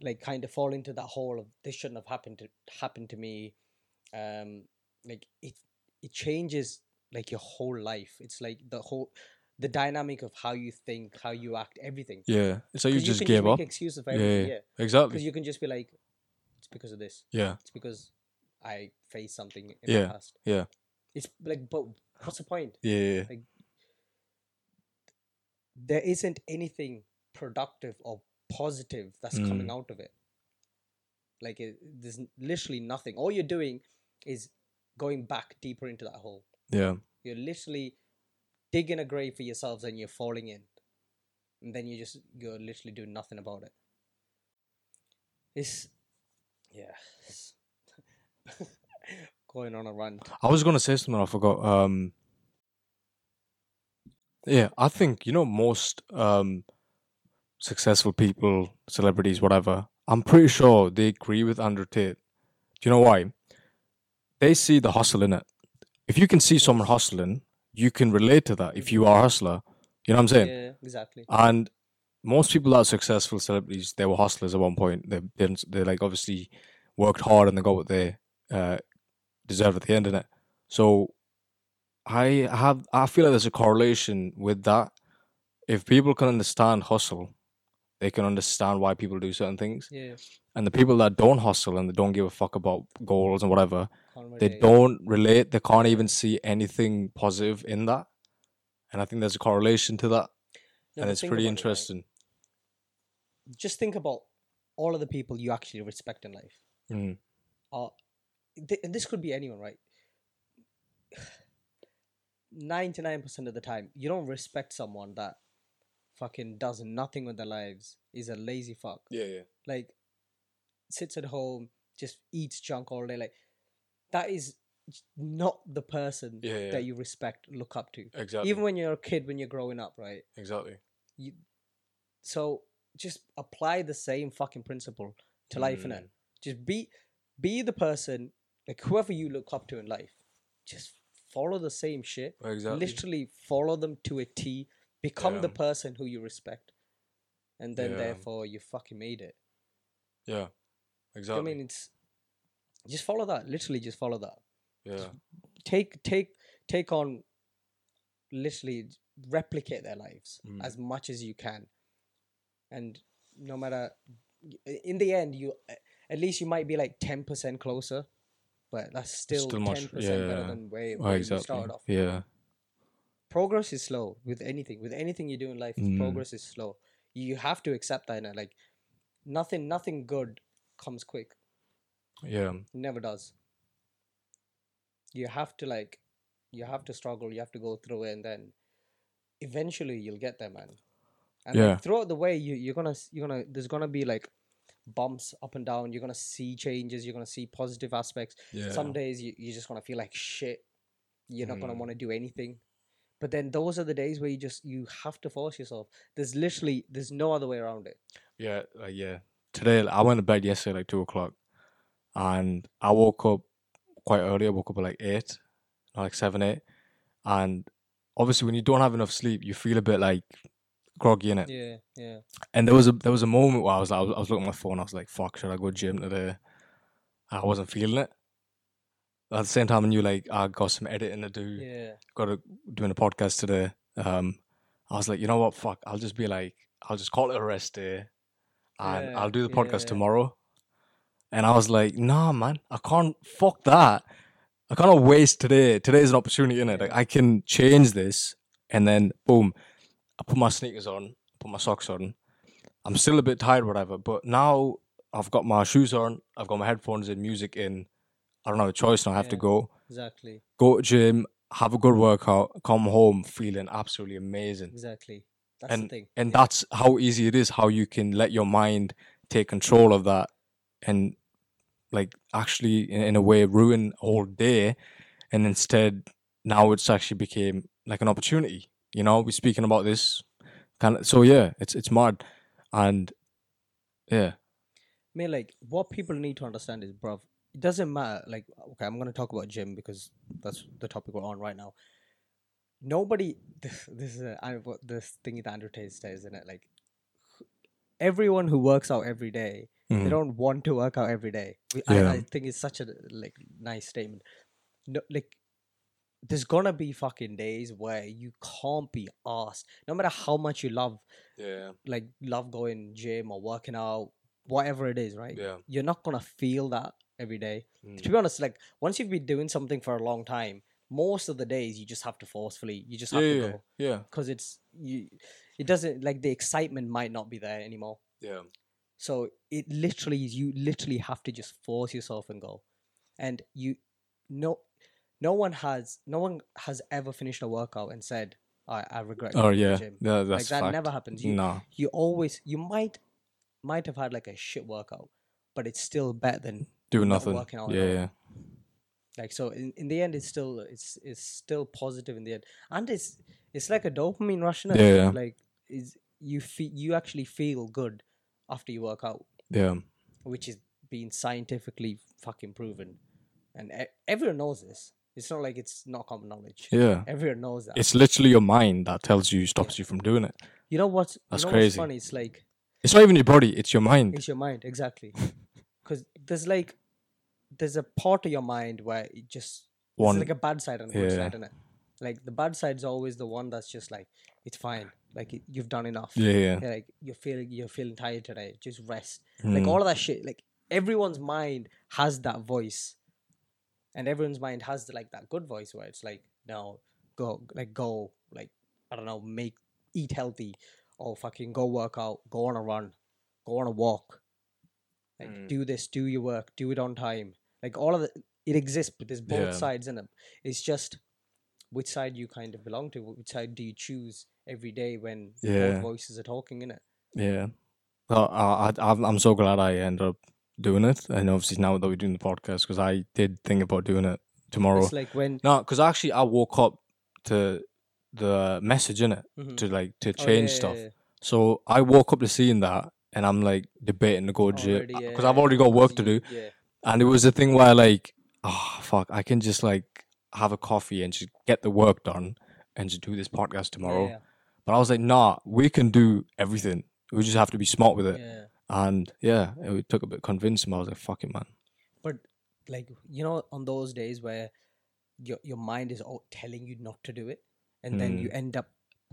Speaker 1: like, kind of fall into that hole of this shouldn't have happened to happened to me, um, like it it changes like your whole life. It's like the whole the dynamic of how you think, how you act, everything.
Speaker 2: yeah. So you
Speaker 1: 'Cause
Speaker 2: just
Speaker 1: can
Speaker 2: gave
Speaker 1: make
Speaker 2: up.
Speaker 1: excuses for
Speaker 2: Yeah,
Speaker 1: everything, yeah. Because
Speaker 2: Exactly.
Speaker 1: you can just be like, it's because of this
Speaker 2: Yeah.
Speaker 1: it's because I faced something in
Speaker 2: Yeah,
Speaker 1: the past.
Speaker 2: yeah.
Speaker 1: It's like, but what's the point?
Speaker 2: Yeah. Yeah. yeah.
Speaker 1: There isn't anything productive or positive that's
Speaker 2: Mm.
Speaker 1: coming out of it. Like, it, there's n- literally nothing. All you're doing is going back deeper into that hole.
Speaker 2: yeah.
Speaker 1: You're literally digging a grave for yourselves and you're falling in. And then you just, you're literally doing nothing about it. It's, yeah. it's- going on a run.
Speaker 2: I was gonna say something I forgot. Um, yeah, I think you know most um, successful people, celebrities, whatever. I'm pretty sure they agree with Andrew Tate. Do you know why? They see the hustle in it. If you can see someone hustling, you can relate to that. If you are a hustler, you know what I'm saying.
Speaker 1: Yeah, exactly.
Speaker 2: And most people that are successful celebrities, they were hustlers at one point. They didn't. They like obviously worked hard and they got what they uh, deserved at the end of it. So I have. I feel like there's a correlation with that. If people can understand hustle, they can understand why people do certain things.
Speaker 1: Yeah.
Speaker 2: And the people that don't hustle and they don't give a fuck about goals and whatever,
Speaker 1: Conrad
Speaker 2: they
Speaker 1: Day.
Speaker 2: don't relate. They can't even see anything positive in that. And I think there's a correlation to that.
Speaker 1: No,
Speaker 2: and
Speaker 1: but
Speaker 2: it's
Speaker 1: think
Speaker 2: pretty
Speaker 1: about it, right?
Speaker 2: interesting.
Speaker 1: Just think about all of the people you actually respect in life.
Speaker 2: Mm.
Speaker 1: Are, th- and this could be anyone, right? 99% of the time, you don't respect someone that fucking does nothing with their lives, is a lazy fuck.
Speaker 2: Yeah, yeah.
Speaker 1: like sits at home, just eats junk all day. Like that is j- not the person
Speaker 2: Yeah, yeah.
Speaker 1: that you respect, look up to.
Speaker 2: Exactly.
Speaker 1: Even when you're a kid, when you're growing up, right?
Speaker 2: exactly.
Speaker 1: You, so just apply the same fucking principle to life,
Speaker 2: Mm.
Speaker 1: innit? Just be be the person like whoever you look up to in life. Just follow the same shit.
Speaker 2: Exactly.
Speaker 1: Literally follow them to a T. Become the
Speaker 2: Yeah.
Speaker 1: person who you respect, and then
Speaker 2: Yeah.
Speaker 1: therefore you fucking made it.
Speaker 2: Yeah.
Speaker 1: I
Speaker 2: Exactly.
Speaker 1: mean, it's just follow that. Literally, just follow that.
Speaker 2: yeah.
Speaker 1: Take take take on. Literally replicate their lives
Speaker 2: Mm.
Speaker 1: as much as you can, and no matter, i- in the end, you at least you might be like ten percent closer, but that's still
Speaker 2: still
Speaker 1: ten
Speaker 2: much-
Speaker 1: percent
Speaker 2: yeah.
Speaker 1: better than where,
Speaker 2: Oh,
Speaker 1: where you
Speaker 2: exactly.
Speaker 1: started off.
Speaker 2: Yeah.
Speaker 1: Progress is slow with anything. With anything you do in life,
Speaker 2: Mm.
Speaker 1: progress is slow. You have to accept that. innit? Like nothing, nothing good comes quick.
Speaker 2: Yeah.
Speaker 1: never does you have to like you have to struggle you have to go through it and then eventually you'll get there man and
Speaker 2: Yeah.
Speaker 1: like, throughout the way you, you're gonna s- you're gonna there's gonna be like bumps up and down you're gonna see changes you're gonna see positive aspects
Speaker 2: Yeah.
Speaker 1: some days you, you're just gonna feel like shit you're not gonna
Speaker 2: Mm.
Speaker 1: want to do anything but then those are the days where you just you have to force yourself there's literally there's no other way around it
Speaker 2: Yeah, like yeah. Today I went to bed yesterday like two o'clock, and I woke up quite early. I woke up at like eight, like seven eight, and obviously when you don't have enough sleep, you feel a bit like groggy in it.
Speaker 1: yeah yeah
Speaker 2: And there was a there was a moment where I was like I was, I was looking at my phone. I was like, "Fuck, should I go gym today?" I wasn't feeling it. At the same time, I knew like I got some editing to do.
Speaker 1: yeah
Speaker 2: Got to doing a podcast today. Um, I was like, you know what? Fuck, I'll just be like, I'll just call it a rest day, and
Speaker 1: Yeah,
Speaker 2: I'll do the podcast
Speaker 1: yeah.
Speaker 2: tomorrow. And I was like, nah, man, I can't. Fuck that. I can't waste today. Today is an opportunity, innit? Like
Speaker 1: Yeah.
Speaker 2: I can change this, and then boom, I put my sneakers on, put my socks on. I'm still a bit tired, whatever. But now I've got my shoes on, I've got my headphones and music in. I don't have a choice now. I have to
Speaker 1: Yeah.
Speaker 2: go
Speaker 1: exactly
Speaker 2: go to gym, have a good workout, come home feeling absolutely amazing.
Speaker 1: exactly that's the thing
Speaker 2: And that's how easy it is, how you can let your mind take control of that and like actually in, in a way ruin a whole day and instead now it's actually became like an opportunity. You know, we're speaking about this kind of so yeah, it's it's mad. And yeah.
Speaker 1: I mean, like, what people need to understand is, bruv, it doesn't matter. Like, okay, I'm going to talk about gym because that's the topic we're on right now. Nobody, this, this is a, I, what this thing that Andrew Tate says, isn't it? Like, everyone who works out every day, they
Speaker 2: Mhm.
Speaker 1: don't want to work out every day. We,
Speaker 2: Yeah.
Speaker 1: I, I think it's such a like nice statement. No, like, there's gonna be fucking days where you can't be asked, no matter how much you love,
Speaker 2: Yeah.
Speaker 1: like love going gym or working out, whatever it is, right?
Speaker 2: Yeah.
Speaker 1: you're not gonna feel that every day. To
Speaker 2: Mm.
Speaker 1: be honest, like once you've been doing something for a long time, most of the days you just have to forcefully, you just
Speaker 2: Yeah,
Speaker 1: have to
Speaker 2: yeah,
Speaker 1: go
Speaker 2: yeah,
Speaker 1: because it's you. It doesn't like the excitement might not be there anymore.
Speaker 2: yeah,
Speaker 1: So it literally is you literally have to just force yourself and go, and you no, no one has no one has ever finished a workout and said I I regret
Speaker 2: Oh
Speaker 1: going to the
Speaker 2: yeah,
Speaker 1: gym.
Speaker 2: yeah. That's
Speaker 1: like that
Speaker 2: fact.
Speaker 1: never happens. You
Speaker 2: no,
Speaker 1: you always you might might have had like a shit workout, but it's still better than
Speaker 2: do
Speaker 1: not
Speaker 2: nothing.
Speaker 1: working out at
Speaker 2: yeah,
Speaker 1: all.
Speaker 2: yeah.
Speaker 1: like so in, in the end it's still it's it's still positive in the end and it's it's like a dopamine rush innit?
Speaker 2: Yeah, yeah.
Speaker 1: like is you feel you actually feel good after you work out
Speaker 2: Yeah,
Speaker 1: which is being scientifically fucking proven, and e- everyone knows this. It's not like it's not common knowledge.
Speaker 2: Yeah.
Speaker 1: Everyone knows that.
Speaker 2: It's literally your mind that tells you, stops you from doing it.
Speaker 1: you know what's, you
Speaker 2: That's
Speaker 1: know what's
Speaker 2: crazy.
Speaker 1: funny? It's like
Speaker 2: It's not even your body, it's your mind.
Speaker 1: It's your mind, exactly. Because there's like, there's a part of your mind where it just
Speaker 2: One.
Speaker 1: It's like a bad side and a good
Speaker 2: Yeah.
Speaker 1: side, is it? Like the bad side's always the one that's just like it's fine, like it, you've done enough.
Speaker 2: yeah, yeah.
Speaker 1: You're like you're feeling you're feeling tired today, just rest.
Speaker 2: Hmm,
Speaker 1: Like all of that shit. Like everyone's mind has that voice, and everyone's mind has like that good voice where it's like no, go like go like I don't know, make eat healthy, or fucking go work out, go on a run, go on a walk, like
Speaker 2: Mm.
Speaker 1: do this, do your work, do it on time. Like all of the, it exists, but there's both
Speaker 2: Yeah.
Speaker 1: sides in it. It's just which side you kind of belong to. Which side do you choose every day when
Speaker 2: Yeah.
Speaker 1: both voices are talking in it?
Speaker 2: Yeah. Well, I, I, I'm I'm so glad I ended up doing it. And obviously, now that we're doing the podcast, because I did think about doing it tomorrow.
Speaker 1: It's like when
Speaker 2: No, because actually, I woke up to the message in it
Speaker 1: Mhm.
Speaker 2: to like to
Speaker 1: Oh,
Speaker 2: change
Speaker 1: yeah,
Speaker 2: stuff.
Speaker 1: yeah, yeah.
Speaker 2: So I woke up to seeing that, and I'm like debating to go to gym
Speaker 1: Already,
Speaker 2: because
Speaker 1: yeah,
Speaker 2: I've already got
Speaker 1: I
Speaker 2: work
Speaker 1: see
Speaker 2: to do.
Speaker 1: you, Yeah.
Speaker 2: And it was a thing where like, ah, fuck, I can just like have a coffee and just get the work done and just do this podcast tomorrow.
Speaker 1: Yeah,
Speaker 2: But I was like, nah, we can do everything. We just have to be smart with
Speaker 1: yeah,
Speaker 2: it.
Speaker 1: yeah.
Speaker 2: And yeah, it took a bit convincing. but I was like, fuck it, man.
Speaker 1: But like you know, on those days where your your mind is all telling you not to do it, and then you end up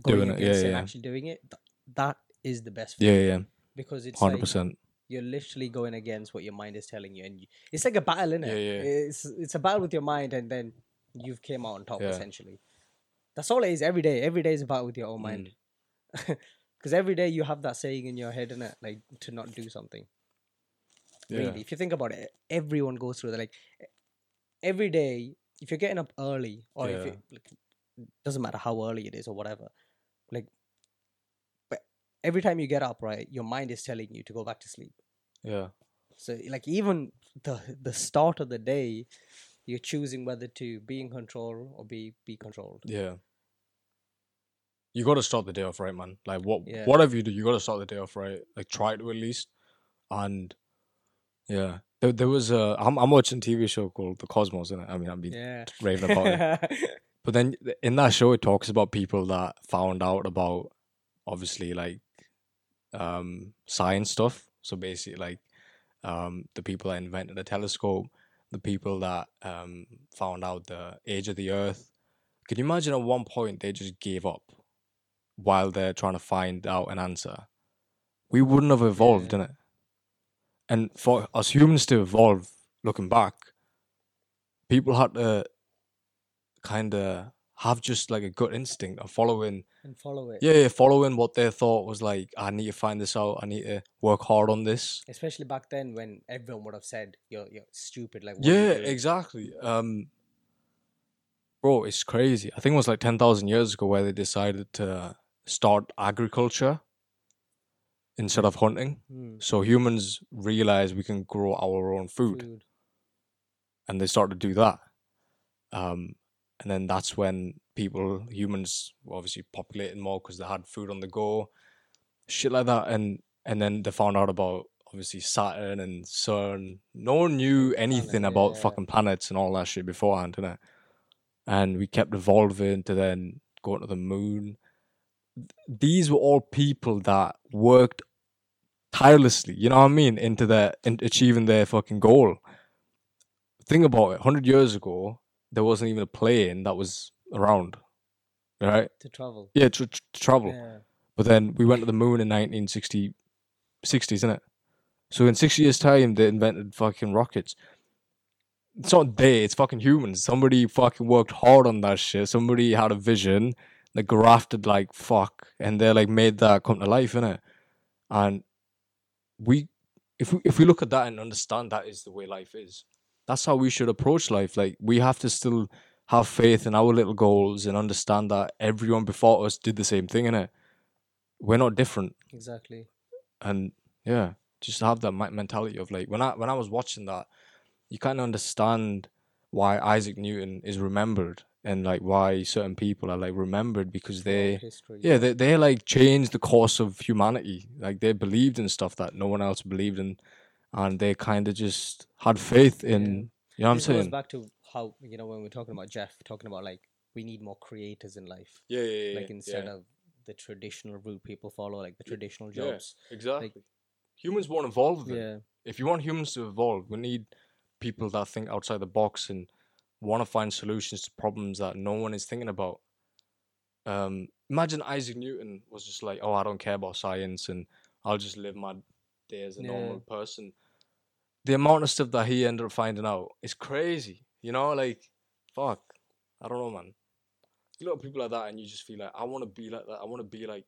Speaker 1: going
Speaker 2: Hmm. Doing it, yeah,
Speaker 1: against it and
Speaker 2: yeah.
Speaker 1: actually doing it. Th- that is the best.
Speaker 2: Yeah,
Speaker 1: feeling,
Speaker 2: yeah,
Speaker 1: Because it's
Speaker 2: hundred
Speaker 1: like
Speaker 2: percent.
Speaker 1: you're literally going against what your mind is telling you, and you, it's like a battle, innit?
Speaker 2: Yeah, yeah.
Speaker 1: It's it's a battle with your mind, and then you've came out on top
Speaker 2: Yeah.
Speaker 1: essentially. That's all it is. Every day, every day is a battle with your own mind.
Speaker 2: Mm.
Speaker 1: Because every day you have that saying in your head, innit? Like to not do something.
Speaker 2: Yeah,
Speaker 1: Really, if you think about it, everyone goes through that. Like e- every day, if you're getting up early, or if
Speaker 2: Yeah.
Speaker 1: it like, doesn't matter how early it is or whatever, like, but every time you get up, right, your mind is telling you to go back to sleep.
Speaker 2: yeah,
Speaker 1: So like even the the start of the day, you're choosing whether to be in control or be be controlled.
Speaker 2: yeah. You got to start the day off right, man. Like what,
Speaker 1: Yeah.
Speaker 2: whatever you do, you got to start the day off right. Like try to at least. And yeah, there, there was a. I'm I'm watching a TV show called The Cosmos, and I mean, I've been
Speaker 1: Yeah.
Speaker 2: raving about it. But then th- in that show, it talks about people that found out about obviously like um, science stuff. So basically, like um, the people that invented the telescope, the people that um, found out the age of the Earth. Can you imagine at one point they just gave up while they're trying to find out an answer? We wouldn't have evolved,
Speaker 1: Yeah.
Speaker 2: in it. And for us humans to evolve, looking back, people had to kind of have just like a gut instinct of following
Speaker 1: and follow it.
Speaker 2: yeah, yeah following what they thought was like i need to find this out i need to work hard on this
Speaker 1: Especially back then when everyone would have said you're you're stupid. Like what are you
Speaker 2: yeah
Speaker 1: doing?
Speaker 2: exactly um bro it's crazy i think it was like 10000 years ago where they decided to start agriculture instead of hunting
Speaker 1: Hmm.
Speaker 2: so humans realize we can grow our own food
Speaker 1: Food.
Speaker 2: and they started to do that. Um, and then that's when people, humans, were obviously populated more because they had food on the go, shit like that. And and then they found out about obviously Saturn and CERN. No one knew anything
Speaker 1: yeah,
Speaker 2: about
Speaker 1: yeah.
Speaker 2: fucking planets and all that shit beforehand, didn't it? And we kept evolving to then go to the moon. Th- These were all people that worked tirelessly, you know what I mean, into their in achieving their fucking goal think about it 100 years ago there wasn't even a plane that was around right
Speaker 1: to travel.
Speaker 2: yeah to, to travel
Speaker 1: Yeah.
Speaker 2: but then we went to the moon in 1960 60s isn't it so in 60 years time they invented fucking rockets it's not they it's fucking humans somebody fucking worked hard on that shit somebody had a vision they grafted like fuck and they like made that come to life innit? and we if we if we look at that and understand that is the way life is that's how we should approach life like we have to still have faith in our little goals and understand that everyone before us did the same thing in it we're not different
Speaker 1: Exactly.
Speaker 2: and yeah just have that mi- mentality of like when i when i was watching that you kind of understand why isaac newton is remembered and like why certain people are like remembered because
Speaker 1: Throughout
Speaker 2: they
Speaker 1: history.
Speaker 2: yeah, they they like changed the course of humanity. Like they believed in stuff that no one else believed in, and they kind of just had faith in. You know what I'm
Speaker 1: this goes
Speaker 2: saying?
Speaker 1: back to how you know when we're talking about Jeff, talking about like we need more creators in life,
Speaker 2: Yeah, yeah, yeah.
Speaker 1: like
Speaker 2: yeah,
Speaker 1: instead
Speaker 2: yeah,
Speaker 1: of the traditional route people follow, like the
Speaker 2: Y-
Speaker 1: traditional
Speaker 2: yeah.
Speaker 1: jobs.
Speaker 2: exactly. humans won't evolve.
Speaker 1: Yeah,
Speaker 2: then. If you want humans to evolve, we need people that think outside the box and want to find solutions to problems that no one is thinking about. Um, imagine Isaac Newton was just like, "Oh, I don't care about science, and I'll just live my day as a
Speaker 1: Yeah.
Speaker 2: normal person." The amount of stuff that he ended up finding out is crazy. You know, like, fuck, I don't know, man. You look at people like that, and you just feel like, I want to be like that. I want to be like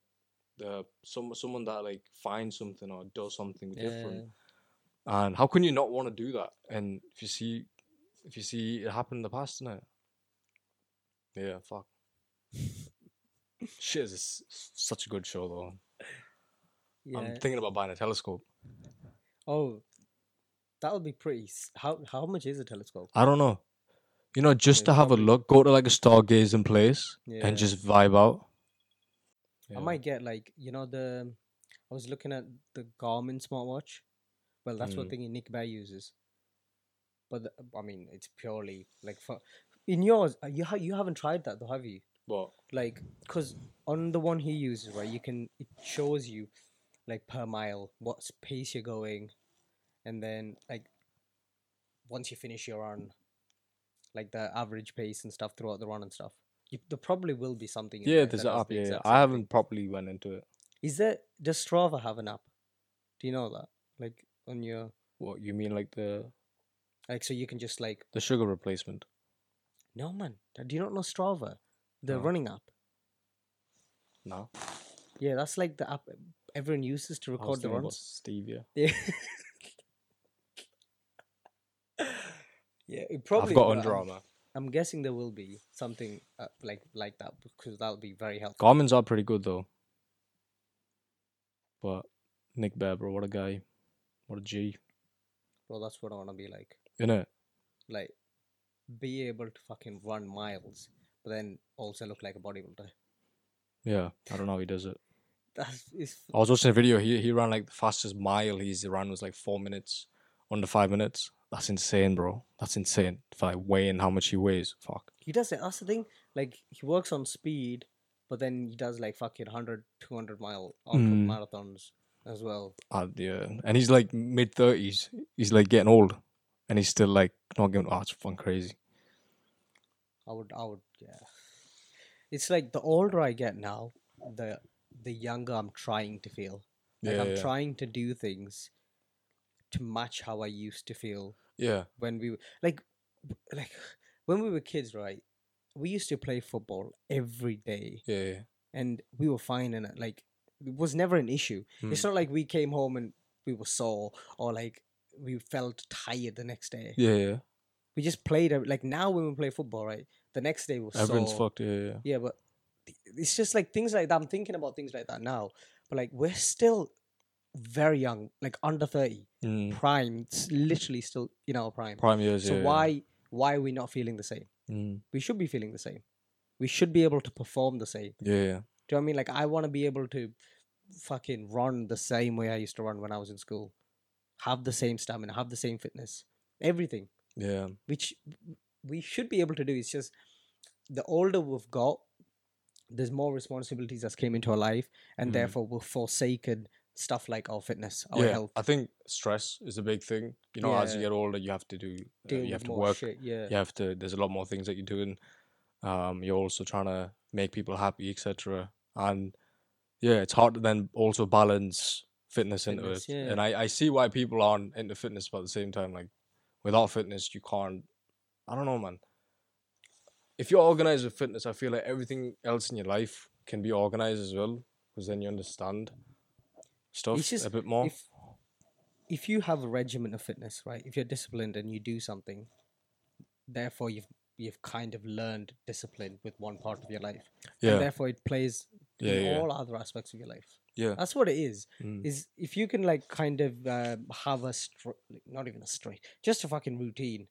Speaker 2: the some someone that like finds something or does something different.
Speaker 1: yeah.
Speaker 2: And how can you not want to do that? And if you see, if you see it happen in the past, is Yeah, fuck. Shit, this is s- such a good show though. I'm
Speaker 1: yeah.
Speaker 2: thinking about buying a telescope.
Speaker 1: oh, that would be pretty. s- How how much is a telescope?
Speaker 2: I don't know. You know, just
Speaker 1: Yeah,
Speaker 2: to have
Speaker 1: probably.
Speaker 2: a look, go to like a stargazing place
Speaker 1: Yeah.
Speaker 2: and just vibe out. Yeah.
Speaker 1: I might get like you know the. I was looking at the Garmin smartwatch. Well, that's one
Speaker 2: Mm.
Speaker 1: thing Nick Bear uses. But the, I mean, it's purely like for in yours. uh, You ha- you haven't tried that though, have you?
Speaker 2: But
Speaker 1: Like, cause on the one he uses, right, you can it shows you like per mile what s- pace you're going, and then like once you finish your run, like the average pace and stuff throughout the run and stuff. You, there probably will be something. in
Speaker 2: yeah,
Speaker 1: there
Speaker 2: there's
Speaker 1: that
Speaker 2: an
Speaker 1: does
Speaker 2: app.
Speaker 1: the
Speaker 2: Yeah, yeah.
Speaker 1: exact
Speaker 2: I
Speaker 1: same
Speaker 2: haven't
Speaker 1: thing.
Speaker 2: properly went into it.
Speaker 1: Is there does Strava have an app? Do you know that? Like on your
Speaker 2: What you mean, like the
Speaker 1: like, so you can just like
Speaker 2: the sugar replacement?
Speaker 1: no man. Do you not know Strava, the
Speaker 2: No.
Speaker 1: running app?
Speaker 2: No, I was
Speaker 1: Yeah, that's like the app everyone uses to record the
Speaker 2: thinking about
Speaker 1: runs.
Speaker 2: Stevia.
Speaker 1: Yeah. yeah, it probably.
Speaker 2: I've got
Speaker 1: but
Speaker 2: Under
Speaker 1: I'm-
Speaker 2: Armour.
Speaker 1: I'm, guessing there will be something uh, like like that because that would be very helpful.
Speaker 2: Garmin's are pretty good though. But Nick Bear, bro, what a guy. What a G.
Speaker 1: Well, that's what I want to be like.
Speaker 2: Innit?
Speaker 1: Like, be able to fucking run miles, but then also look like a bodybuilder.
Speaker 2: Yeah. I don't know how he does it.
Speaker 1: That's is
Speaker 2: I was watching a video, he he ran like the fastest mile he's ran was like four minutes, under five minutes. That's insane, bro. That's insane. For like weighing how much he weighs. Fuck.
Speaker 1: he does it. That's the thing. Like he works on speed, but then he does like fucking 100, 200 mile ultra
Speaker 2: Mm.
Speaker 1: marathons as well.
Speaker 2: Uh, yeah. And he's like mid thirties. He's like getting old. And he's still like not giving oh it's fucking crazy.
Speaker 1: I would, I would, yeah. It's like the older I get now, the the younger I'm trying to feel. Like
Speaker 2: yeah,
Speaker 1: I'm
Speaker 2: yeah.
Speaker 1: trying to do things to match how I used to feel
Speaker 2: yeah.
Speaker 1: when we were like w- like when we were kids, right? We used to play football every day
Speaker 2: Yeah, yeah.
Speaker 1: and we were fine in it. Like it was never an issue. It's
Speaker 2: Mm.
Speaker 1: not like we came home and we were sore or like we felt tired the next day.
Speaker 2: Yeah, yeah.
Speaker 1: We just played ev- like now when we play football, right? The next day we're
Speaker 2: Everyone's
Speaker 1: sore.
Speaker 2: fucked, yeah, yeah.
Speaker 1: Yeah, but th- it's just like things like that. I'm thinking about things like that now, but like we're still very young, like under thirty,
Speaker 2: Mm.
Speaker 1: prime, s- literally still in our prime.
Speaker 2: Prime years,
Speaker 1: So
Speaker 2: yeah. yeah.
Speaker 1: why why are we not feeling the same?
Speaker 2: Mm.
Speaker 1: We should be feeling the same. We should be able to perform the same.
Speaker 2: Yeah, yeah.
Speaker 1: Do you know what I mean? Like I want to be able to fucking run the same way I used to run when I was in school, have the same stamina, have the same fitness, everything
Speaker 2: Yeah.
Speaker 1: which w- we should be able to do. It's just the older we've got, there's more responsibilities that's came into our life, and
Speaker 2: Mm.
Speaker 1: therefore we've forsaken stuff like our fitness, our
Speaker 2: yeah,
Speaker 1: health,
Speaker 2: I think stress is a big thing. You know, as you
Speaker 1: Yeah.
Speaker 2: get older, you have to do, uh,
Speaker 1: dealing
Speaker 2: you have
Speaker 1: with
Speaker 2: to
Speaker 1: more
Speaker 2: work.
Speaker 1: shit. Yeah,
Speaker 2: You have to. There's a lot more things that you're doing. Um, you're also trying to make people happy, etc. And yeah, it's hard to then also balance fitness, into it.
Speaker 1: Fitness, yeah.
Speaker 2: And I, I see why people aren't into fitness, but at the same time, like without fitness, you can't. I don't know, man. If you're organized with fitness, I feel like everything else in your life can be organized as well, because then you understand stuff
Speaker 1: just-
Speaker 2: a bit more.
Speaker 1: if if you have a regimen of fitness, right? If you're disciplined and you do something, therefore you've you've kind of learned discipline with one part of your life,
Speaker 2: yeah,
Speaker 1: and therefore it plays
Speaker 2: yeah,
Speaker 1: in
Speaker 2: yeah.
Speaker 1: all other aspects of your life.
Speaker 2: Yeah.
Speaker 1: That's what it is.
Speaker 2: Mm.
Speaker 1: Is if you can like kind of uh, have a str- like, not even a straight, just a fucking routine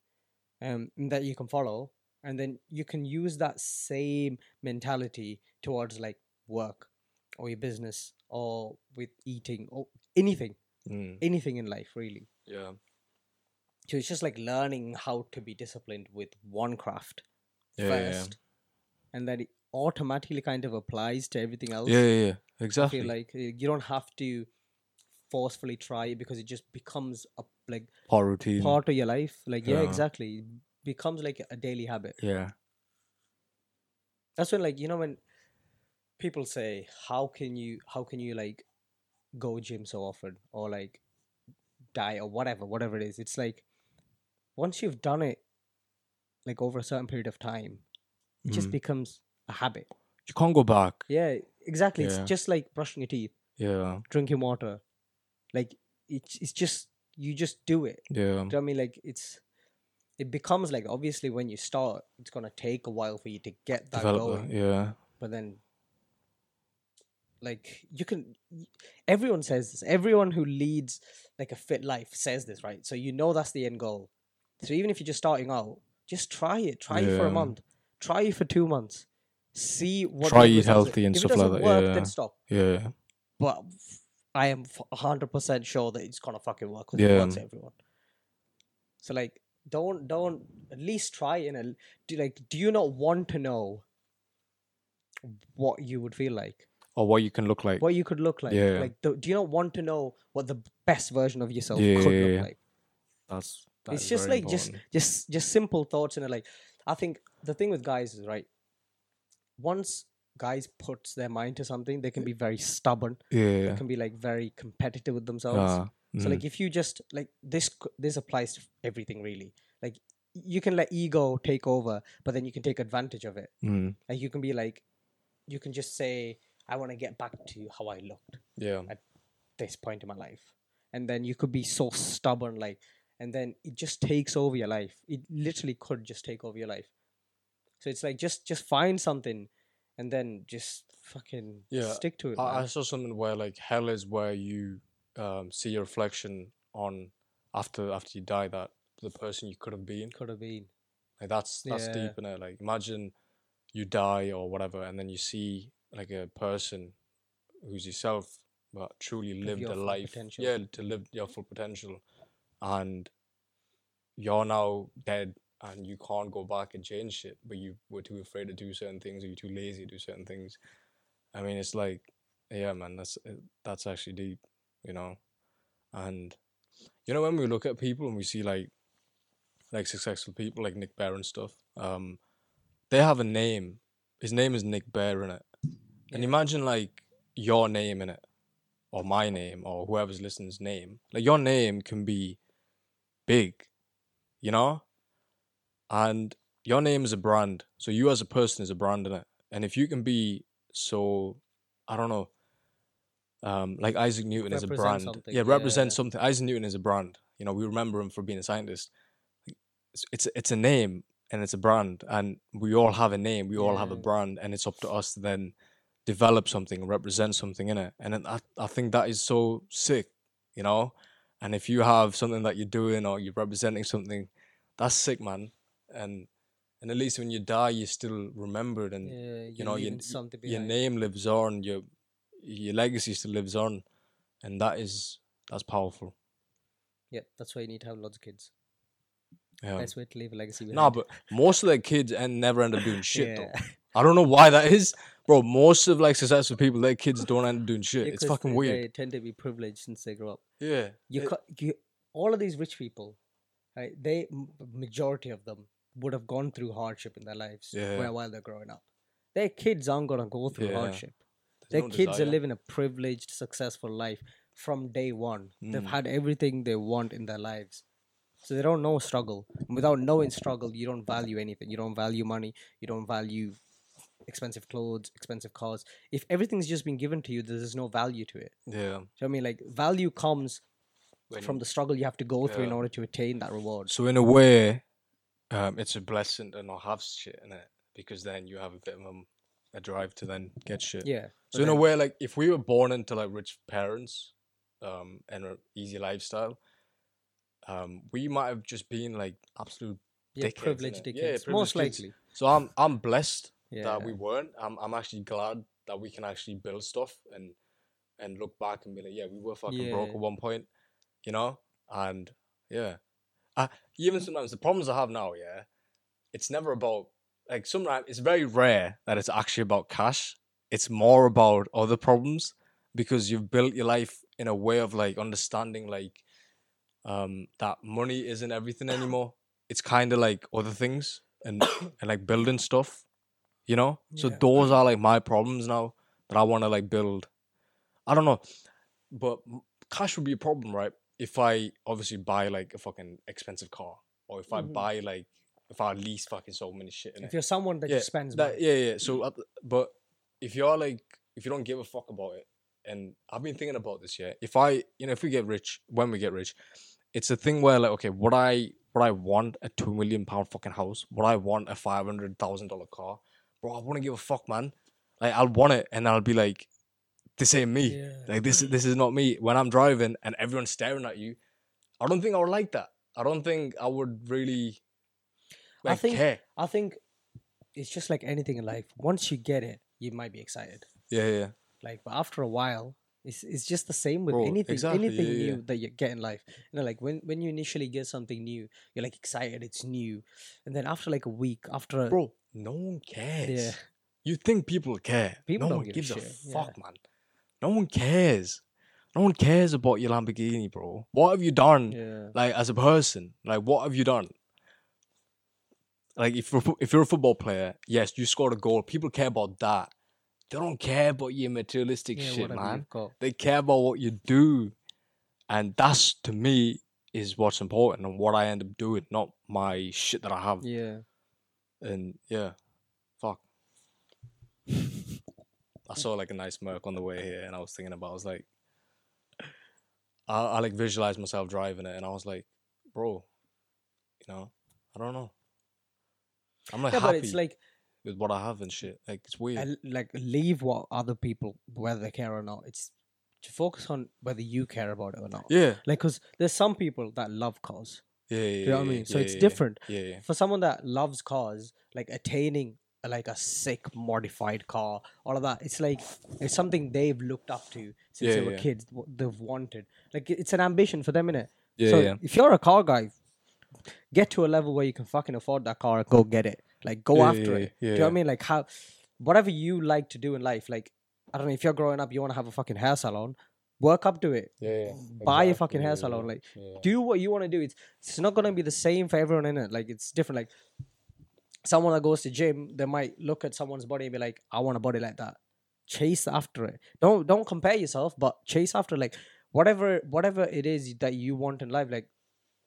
Speaker 1: um, that you can follow, and then you can use that same mentality towards like work or your business or with eating or anything,
Speaker 2: Mm.
Speaker 1: anything in life really.
Speaker 2: Yeah.
Speaker 1: So it's just like learning how to be disciplined with one craft
Speaker 2: Yeah, yeah, yeah.
Speaker 1: first, and then it automatically kind of applies to everything else.
Speaker 2: Yeah, yeah, yeah.
Speaker 1: I
Speaker 2: Exactly.
Speaker 1: feel like uh, you don't have to forcefully try it because it just becomes a like
Speaker 2: Part routine.
Speaker 1: part of your life. Like yeah,
Speaker 2: Mm. Yeah.
Speaker 1: exactly. It becomes like a daily habit.
Speaker 2: Yeah.
Speaker 1: That's when like you know when people say how can you how can you like go gym so often or like die or whatever whatever it is. It's like once you've done it like over a certain period of time, it just
Speaker 2: Mhm.
Speaker 1: becomes a habit.
Speaker 2: you can't go back.
Speaker 1: Yeah, exactly.
Speaker 2: Yeah.
Speaker 1: It's just like brushing your teeth,
Speaker 2: Yeah.
Speaker 1: drinking water. Like it's it's just you just do it.
Speaker 2: Yeah.
Speaker 1: Do you know what I mean? Like it's it becomes like obviously when you start, it's gonna take a while for you to get that
Speaker 2: Develop
Speaker 1: going.
Speaker 2: that. Yeah.
Speaker 1: But then like you can y- everyone says this. Everyone who leads like a fit life says this, right? So you know that's the end goal. So even if you're just starting out, just try it. Try it for a
Speaker 2: Yeah.
Speaker 1: month. Try it for two months. See what
Speaker 2: Try
Speaker 1: the
Speaker 2: eat
Speaker 1: results are.
Speaker 2: healthy and
Speaker 1: if
Speaker 2: stuff
Speaker 1: it
Speaker 2: like
Speaker 1: doesn't
Speaker 2: that,
Speaker 1: Work,
Speaker 2: yeah.
Speaker 1: Then stop.
Speaker 2: Yeah.
Speaker 1: But f- I am hundred percent sure that it's gonna fucking work because it
Speaker 2: Yeah.
Speaker 1: works everyone. So like, don't don't at least try and at- do like. Do you not want to know what you would feel like,
Speaker 2: Or what you can look like.
Speaker 1: what you could look like?
Speaker 2: Yeah.
Speaker 1: Like, do, do you not want to know what the best version of yourself
Speaker 2: Yeah,
Speaker 1: could
Speaker 2: yeah,
Speaker 1: look
Speaker 2: yeah.
Speaker 1: like?
Speaker 2: That's. that
Speaker 1: it's
Speaker 2: is
Speaker 1: just
Speaker 2: very
Speaker 1: like just
Speaker 2: important.
Speaker 1: just just simple thoughts and like i think the thing with guys is right once guys puts their mind to something they can be very stubborn they
Speaker 2: Yeah.
Speaker 1: can be like very competitive with themselves
Speaker 2: Ah,
Speaker 1: so
Speaker 2: mm.
Speaker 1: like if you just like this c- this applies to everything really like y- you can let ego take over but then you can take advantage of it
Speaker 2: Mm.
Speaker 1: like you can be like you can just say i want to get back to how i looked
Speaker 2: Yeah.
Speaker 1: this point in my life and then you could be so stubborn like and then it just takes over your life it literally could just take over your life so it's like just just find something and then just fucking
Speaker 2: Yeah,
Speaker 1: stick to it
Speaker 2: I, I
Speaker 1: man.
Speaker 2: saw something where like hell is where you um, see your reflection on after after you die that the person you could have been.
Speaker 1: could have been
Speaker 2: Like that's that's
Speaker 1: Yeah.
Speaker 2: deep in it. Like imagine you die or whatever, and then you see like a person who's yourself, but truly lived
Speaker 1: your
Speaker 2: a
Speaker 1: full
Speaker 2: life.
Speaker 1: potential.
Speaker 2: Yeah, to live your full potential, and you're now dead, and you can't go back and change shit. But you were too afraid to do certain things, or you're too lazy to do certain things. I mean, it's like, yeah, man, that's uh, that's actually deep, you know, and you know when we look at people and we see like like successful people like Nick Bear and stuff, um, they have a name. His name is Nick Bear in it, and
Speaker 1: Yeah.
Speaker 2: imagine like your name in it, or my name, or whoever's listening's name. Like your name can be big, you know, and your name is a brand. So you as a person is a brand in it, and if you can be so, I don't know, um, like Isaac Newton is a
Speaker 1: Represent
Speaker 2: brand.
Speaker 1: something,
Speaker 2: Yeah, represent
Speaker 1: yeah.
Speaker 2: something. Isaac Newton is a brand. You know, we remember him for being a scientist. It's it's, it's a name and it's a brand, and we all have a name. We all have a
Speaker 1: Yeah.
Speaker 2: brand, and it's up to us to then develop something, represent something in it. And then I I think that is so sick, you know. And if you have something that you're doing or you're representing something, that's sick, man. And and at least when you die, you're still remembered and
Speaker 1: yeah you,
Speaker 2: know, you-
Speaker 1: leaving something
Speaker 2: your
Speaker 1: behind.
Speaker 2: name lives on your your legacy still lives on and that is that's powerful
Speaker 1: yeah that's why you need to have lots of kids
Speaker 2: yeah
Speaker 1: best way to leave a legacy
Speaker 2: no
Speaker 1: behind.
Speaker 2: but most of their kids and never end up doing shit
Speaker 1: yeah.
Speaker 2: though i don't know why that is bro most of like successful people their kids don't end up doing shit it's
Speaker 1: Because
Speaker 2: fucking
Speaker 1: they,
Speaker 2: weird
Speaker 1: they tend to be privileged since they grow up
Speaker 2: yeah
Speaker 1: you,
Speaker 2: it-
Speaker 1: ca you all of these rich people right, they m- majority of them would have gone through hardship in their lives
Speaker 2: Yeah.
Speaker 1: where, while they're growing up their kids aren't going to go through
Speaker 2: Yeah.
Speaker 1: hardship
Speaker 2: there's
Speaker 1: their
Speaker 2: no
Speaker 1: kids
Speaker 2: desire.
Speaker 1: are living a privileged successful life from day one they've
Speaker 2: Mm.
Speaker 1: had everything they want in their lives so they don't know struggle and without knowing struggle you don't value anything you don't value money you don't value expensive clothes expensive cars if everything's just been given to you there's no value to it
Speaker 2: yeah
Speaker 1: so i mean like value comes
Speaker 2: When-
Speaker 1: from the struggle you have to go through in
Speaker 2: Yeah.
Speaker 1: order to attain that reward.
Speaker 2: so in a way um it's a blessing to not have shit in it because then you have a bit of um, a drive to then get shit
Speaker 1: Yeah.
Speaker 2: So in a way, like if we were born into like rich parents, um, and an easy lifestyle, um, we might have just been like absolute.
Speaker 1: yeah,
Speaker 2: dickheads,
Speaker 1: privileged
Speaker 2: innit?
Speaker 1: dickheads.
Speaker 2: Yeah,
Speaker 1: Most
Speaker 2: privileged kids.
Speaker 1: likely.
Speaker 2: So I'm I'm blessed
Speaker 1: Yeah.
Speaker 2: that we weren't. I'm I'm actually glad that we can actually build stuff and and look back and be like, yeah, we were fucking broke
Speaker 1: Yeah.
Speaker 2: at one point, you know. and yeah, I, even sometimes the problems I have now, yeah, it's never about like sometimes it's very rare that it's actually about cash. It's more about other problems because you've built your life in a way of like understanding like um that money isn't everything anymore. It's kind of like other things and and like building stuff, you know. So
Speaker 1: Yeah.
Speaker 2: those are like my problems now that I want to like build. I don't know, but m- cash would be a problem, right? If I obviously buy like a fucking expensive car, or if I
Speaker 1: Mhm.
Speaker 2: buy like if I lease fucking so many shit in it.
Speaker 1: If you're someone that
Speaker 2: Yeah,
Speaker 1: just spends
Speaker 2: That-
Speaker 1: money,
Speaker 2: yeah, yeah.
Speaker 1: Mm.
Speaker 2: So, at the- but if you're like, if you don't give a fuck about it, and I've been thinking about this, yeah. If I, you know, if we get rich, when we get rich, it's a thing where like, okay, would I, would I want a two million pound fucking house? Would I want a five hundred thousand dollar car? Bro, I wouldn't give a fuck, man. Like, I'll want it, and I'll be like, this ain't me.
Speaker 1: Yeah.
Speaker 2: Like this, this is not me. When I'm driving and everyone's staring at you, I don't think I would like that. I don't think I would really.
Speaker 1: I
Speaker 2: Like,
Speaker 1: think-
Speaker 2: care.
Speaker 1: I think it's just like anything in life. Once you get it, you might be excited.
Speaker 2: Yeah, yeah.
Speaker 1: Like, but after a while, it's it's just the same with
Speaker 2: Bro,
Speaker 1: anything
Speaker 2: exactly,
Speaker 1: anything
Speaker 2: yeah, yeah.
Speaker 1: new that you get in life. You know, like when when you initially get something new, you're like excited, it's new, and then after like a week, after a,
Speaker 2: bro, no one cares.
Speaker 1: yeah,
Speaker 2: You think people care?
Speaker 1: People
Speaker 2: no
Speaker 1: don't
Speaker 2: one
Speaker 1: give a
Speaker 2: gives a,
Speaker 1: shit, yeah.
Speaker 2: fuck, man. No one cares. No one cares about your Lamborghini, bro. What have you done,
Speaker 1: yeah,
Speaker 2: like as a person? Like, what have you done? Like, if you're, fo- if you're a football player, yes, you scored a goal. People care about that. They don't care about your materialistic
Speaker 1: yeah,
Speaker 2: shit,
Speaker 1: whatever
Speaker 2: man.
Speaker 1: you've got.
Speaker 2: They care about what you do. And that's to me is what's important and what I end up doing, not my shit that I have.
Speaker 1: Yeah,
Speaker 2: And yeah, fuck. I saw like a nice Merc on the way here, and I was thinking about. I was like, I, I like visualized myself driving it, and I was like, bro, you know, I don't know. I'm like
Speaker 1: yeah,
Speaker 2: happy
Speaker 1: but it's like
Speaker 2: with what I have and shit. Like it's weird.
Speaker 1: and like leave what other people whether they care or not. It's to focus on whether you care about it or not.
Speaker 2: yeah,
Speaker 1: Like, cause there's some people that love cars.
Speaker 2: yeah, yeah.
Speaker 1: Do you know what I
Speaker 2: yeah,
Speaker 1: mean? So
Speaker 2: yeah,
Speaker 1: it's
Speaker 2: yeah,
Speaker 1: different.
Speaker 2: Yeah, yeah.
Speaker 1: for someone that loves cars, like attaining uh, like a sick modified car, all of that, it's like it's something they've looked up to since
Speaker 2: Yeah,
Speaker 1: they were
Speaker 2: yeah.
Speaker 1: kids. What they've wanted, like it- it's an ambition for them, innit?
Speaker 2: Yeah,
Speaker 1: so
Speaker 2: yeah.
Speaker 1: if you're a car guy, get to a level where you can fucking afford that car and go get it. Like go
Speaker 2: Yeah,
Speaker 1: after
Speaker 2: yeah,
Speaker 1: it. Do
Speaker 2: yeah,
Speaker 1: you know what I
Speaker 2: yeah.
Speaker 1: mean? Like how, whatever you like to do in life, like I don't know, if you're growing up, you want to have a fucking hair salon, work up to it.
Speaker 2: Yeah, yeah,
Speaker 1: Buy a
Speaker 2: exactly,
Speaker 1: fucking hair
Speaker 2: yeah,
Speaker 1: salon,
Speaker 2: yeah,
Speaker 1: like
Speaker 2: yeah.
Speaker 1: do what you want to do. It's it's not gonna be the same for everyone in it. Like it's different. Like someone that goes to gym, they might look at someone's body and be like, I want a body like that. Chase after it. Don't don't compare yourself, but chase after like whatever whatever it is that you want in life, like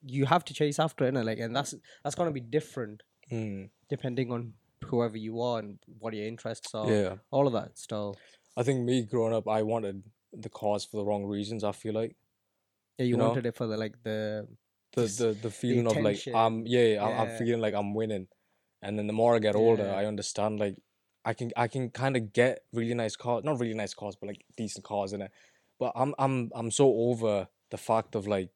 Speaker 1: you have to chase after it, innit? like and that's that's gonna be different
Speaker 2: Mm,
Speaker 1: depending on whoever you are and what your interests are.
Speaker 2: yeah.
Speaker 1: All of that stuff.
Speaker 2: I think me growing up, I wanted the cars for the wrong reasons. I feel like.
Speaker 1: Yeah, you,
Speaker 2: You know?
Speaker 1: wanted it for the like the
Speaker 2: the
Speaker 1: Just
Speaker 2: the, the feeling of like
Speaker 1: attention.
Speaker 2: I'm yeah, yeah, I- I'm
Speaker 1: Yeah.
Speaker 2: feeling like I'm winning, and then the more I get older,
Speaker 1: Yeah.
Speaker 2: I understand like I can I can kind of get really nice cars, not really nice cars, but like decent cars in it. But I'm I'm I'm so over the fact of like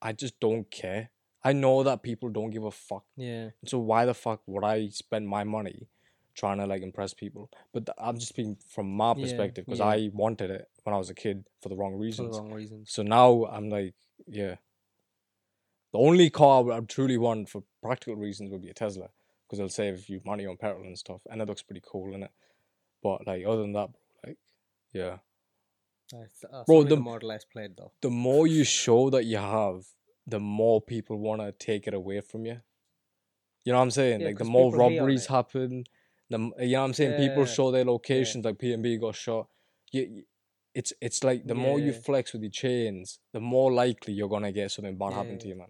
Speaker 2: I just don't care. I know that people don't give a fuck,
Speaker 1: yeah.
Speaker 2: so why the fuck would I spend my money trying to like impress people? But th- I'm just speaking from my
Speaker 1: Yeah,
Speaker 2: perspective because
Speaker 1: yeah.
Speaker 2: I wanted it when I was a kid for the wrong
Speaker 1: For the
Speaker 2: reasons.
Speaker 1: wrong reasons.
Speaker 2: So now I'm like, yeah. The only car I would truly want for practical reasons would be a Tesla because it'll save you money on petrol and stuff, and it looks pretty cool in it. But like other than that, like yeah,
Speaker 1: That's, that's
Speaker 2: Bro,
Speaker 1: only the,
Speaker 2: the-
Speaker 1: model I played though.
Speaker 2: the more you show that you have, the more people want to take it away from you. You know what I'm saying?
Speaker 1: Yeah,
Speaker 2: like the
Speaker 1: 'cause
Speaker 2: more
Speaker 1: people hate on
Speaker 2: robberies
Speaker 1: it.
Speaker 2: happen, the m- you know what I'm saying. People
Speaker 1: Yeah,
Speaker 2: show their locations, like PNB got shot. You, you- it's it's like the more you
Speaker 1: Yeah.
Speaker 2: flex with your chains, the more likely you're gonna get something bad happen to
Speaker 1: Yeah.
Speaker 2: you, man.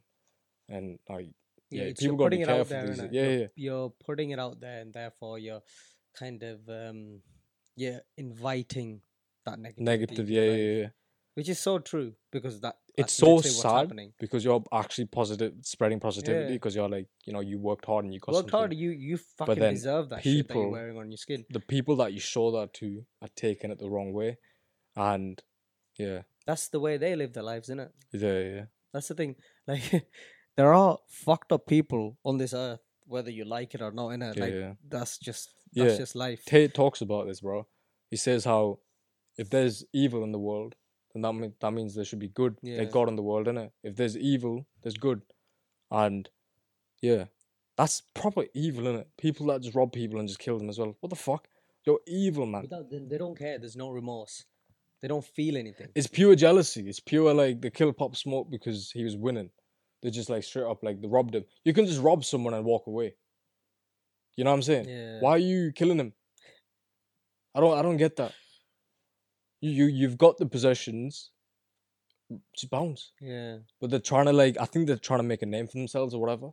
Speaker 2: And like
Speaker 1: yeah,
Speaker 2: yeah,
Speaker 1: it's
Speaker 2: people
Speaker 1: you're
Speaker 2: gotta be
Speaker 1: putting it out
Speaker 2: careful.
Speaker 1: there.
Speaker 2: these
Speaker 1: innit?
Speaker 2: days. yeah,
Speaker 1: you're,
Speaker 2: yeah,
Speaker 1: you're putting it out there, and therefore you're kind of um, yeah inviting that negativity.
Speaker 2: negative.
Speaker 1: into
Speaker 2: Yeah,
Speaker 1: your
Speaker 2: yeah,
Speaker 1: life,
Speaker 2: yeah.
Speaker 1: Which is so true because that
Speaker 2: It's
Speaker 1: that's
Speaker 2: so
Speaker 1: literally what's
Speaker 2: sad
Speaker 1: happening.
Speaker 2: Because you're actually positive, spreading positivity.
Speaker 1: Yeah.
Speaker 2: Because you're like, you know, you worked hard and you got
Speaker 1: Worked
Speaker 2: something.
Speaker 1: hard, you you fucking
Speaker 2: then
Speaker 1: deserve that shit that you're
Speaker 2: people-
Speaker 1: wearing on your skin.
Speaker 2: the people that you show that to are taking it the wrong way, and yeah,
Speaker 1: That's the way they live their lives, is it?
Speaker 2: yeah, yeah,
Speaker 1: That's the thing. Like there are fucked up people on this earth, whether you like it or not, innit?
Speaker 2: yeah.
Speaker 1: Like
Speaker 2: yeah.
Speaker 1: that's just that's
Speaker 2: Yeah.
Speaker 1: just life.
Speaker 2: Tate talks about this, bro. He says how if there's evil in the world, then that mean, that means there should be good.
Speaker 1: Yeah.
Speaker 2: There's God in the world, innit? If there's evil, there's good, and yeah, that's proper evil, innit? People that just rob people and just kill them as well. What the fuck? You're evil, man.
Speaker 1: Without, they, they don't care. There's no remorse. They don't feel anything.
Speaker 2: It's pure jealousy. It's pure like they kill Pop Smoke because he was winning. They just like straight up like they robbed him. You can just rob someone and walk away. You know what I'm saying?
Speaker 1: Yeah.
Speaker 2: Why are you killing him? I don't I don't get that. You, you you've got the possessions. Just bounce.
Speaker 1: Yeah.
Speaker 2: But they're trying to like I think they're trying to make a name for themselves or whatever.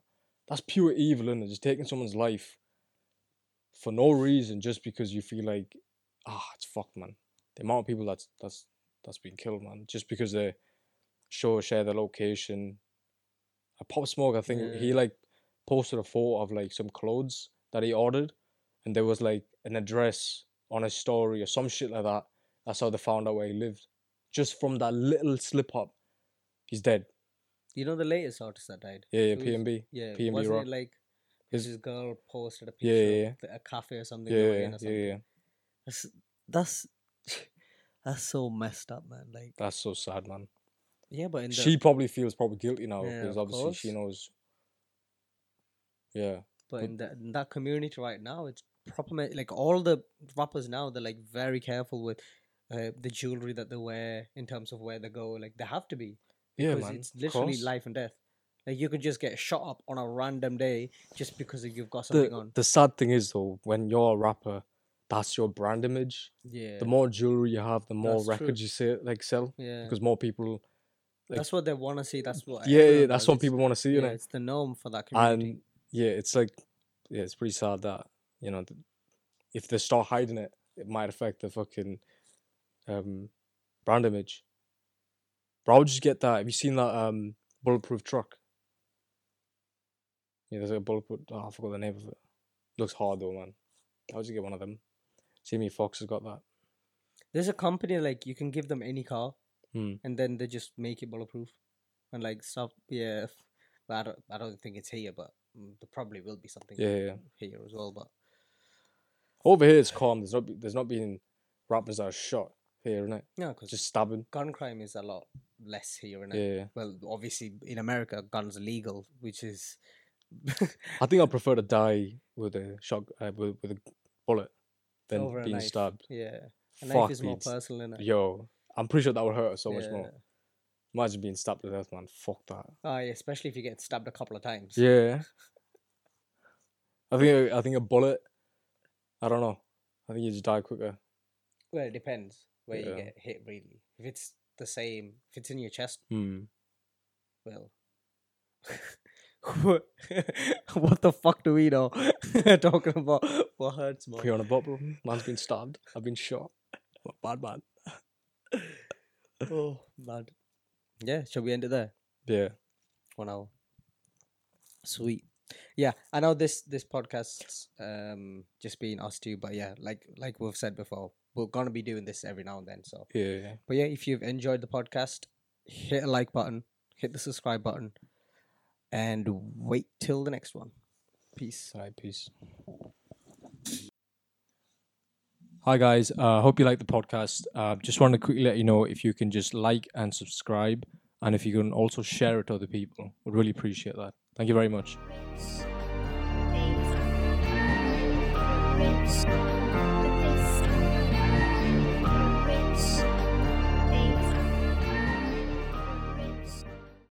Speaker 2: That's pure evil, isn't it? Just taking someone's life for no reason just because you feel like ah, it's fucked, man. The amount of people that's that's that's been killed, man, just because they show share their location. A pop smoke, I think he
Speaker 1: Yeah.
Speaker 2: like posted a photo of like some clothes that he ordered and there was like an address on a story or some shit like that. That's how they found out where he lived. Just from that little slip up, he's dead.
Speaker 1: You know the latest artist that died.
Speaker 2: Yeah, yeah,
Speaker 1: It was-
Speaker 2: PMB.
Speaker 1: Yeah.
Speaker 2: P and B
Speaker 1: wasn't
Speaker 2: Rock.
Speaker 1: it like
Speaker 2: His-
Speaker 1: this girl posted a
Speaker 2: Yeah,
Speaker 1: picture
Speaker 2: yeah,
Speaker 1: of the- a cafe or something?
Speaker 2: Yeah,
Speaker 1: they were
Speaker 2: yeah,
Speaker 1: in or
Speaker 2: yeah,
Speaker 1: something.
Speaker 2: yeah.
Speaker 1: That's that's that's so messed up, man. Like
Speaker 2: That's so sad, man.
Speaker 1: yeah, but in the
Speaker 2: She probably feels probably guilty now
Speaker 1: Yeah,
Speaker 2: because
Speaker 1: of
Speaker 2: obviously she
Speaker 1: course.
Speaker 2: knows. Yeah,
Speaker 1: but
Speaker 2: but-
Speaker 1: in that in that community right now, it's proper me- like all the rappers now they're like very careful with. Uh, the jewelry that they wear in terms of where they go like they have to be
Speaker 2: yeah,
Speaker 1: because
Speaker 2: man.
Speaker 1: it's
Speaker 2: of
Speaker 1: literally
Speaker 2: course.
Speaker 1: life and death like you could just get shot up on a random day just because you've got something
Speaker 2: the,
Speaker 1: on
Speaker 2: the sad thing is though, when you're a rapper, that's your brand image.
Speaker 1: yeah
Speaker 2: The more jewelry you have, the more
Speaker 1: That's true.
Speaker 2: records you sell, like sell,
Speaker 1: yeah
Speaker 2: because more people. like-
Speaker 1: that's what they want to see that's what
Speaker 2: Yeah, yeah,
Speaker 1: everyone
Speaker 2: that's
Speaker 1: does,
Speaker 2: what
Speaker 1: it's-
Speaker 2: people want to see, you
Speaker 1: yeah,
Speaker 2: know.
Speaker 1: it's the norm for that community
Speaker 2: and yeah, it's like, yeah, it's pretty sad that you know, th- if they start hiding it, it might affect the fucking um brand image. But I would just get that. Have you seen that um bulletproof truck? Yeah, there's a bulletproof. Oh, I forgot the name of it. Looks hard though, man. I would just get one of them. Jimmy Fox has got that.
Speaker 1: There's a company like you can give them any car,
Speaker 2: Hmm.
Speaker 1: and then they just make it bulletproof, and like stuff. Yeah, f- but I don't. I don't think it's here, but mm, there probably will be something
Speaker 2: Yeah, yeah. yeah.
Speaker 1: here as well. But
Speaker 2: Over here, it's calm. There's not. be- There's not been rappers that are shot here, innit?
Speaker 1: no, because
Speaker 2: Just stabbing.
Speaker 1: gun crime is a lot less here, and
Speaker 2: Yeah, yeah.
Speaker 1: well, obviously in America, guns are legal, which is
Speaker 2: I think I prefer to die with a shot uh, with, with a bullet than
Speaker 1: over a
Speaker 2: being
Speaker 1: knife.
Speaker 2: stabbed.
Speaker 1: Yeah, a knife
Speaker 2: Fuck,
Speaker 1: is more
Speaker 2: being s-
Speaker 1: personal, innit?
Speaker 2: yo, I'm pretty sure that would hurt so much more.
Speaker 1: Yeah.
Speaker 2: Imagine being stabbed to death, man. Fuck that.
Speaker 1: Ah, yeah, especially if you get stabbed a couple of times.
Speaker 2: Yeah. I think a, I think a bullet. I don't know. I think you just die quicker.
Speaker 1: Well, it depends where you
Speaker 2: Yeah.
Speaker 1: get hit. Really, if it's the same, if it's in your chest,
Speaker 2: Hmm.
Speaker 1: Well, what what the fuck do we know? Talking about what hurts more.
Speaker 2: Put you on a bottle. Man's been stabbed. I've been shot. I'm a Bad man.
Speaker 1: Oh, man. Yeah, shall we end it there?
Speaker 2: Yeah.
Speaker 1: One hour. Sweet. Yeah, I know this this podcast's um just being us two, but yeah, like like we've said before, we're gonna be doing this every now and then. So,
Speaker 2: Yeah. yeah.
Speaker 1: but yeah, if you've enjoyed the podcast, hit a like button, hit the subscribe button, and wait till the next one. Peace.
Speaker 2: Alright, peace. Hi guys, uh, hope you like the podcast. Uh, just want to quickly let you know if you can just like and subscribe, and if you can also share it to other people, would really appreciate that. Thank you very much.
Speaker 3: Rinse. Rinse. Rinse.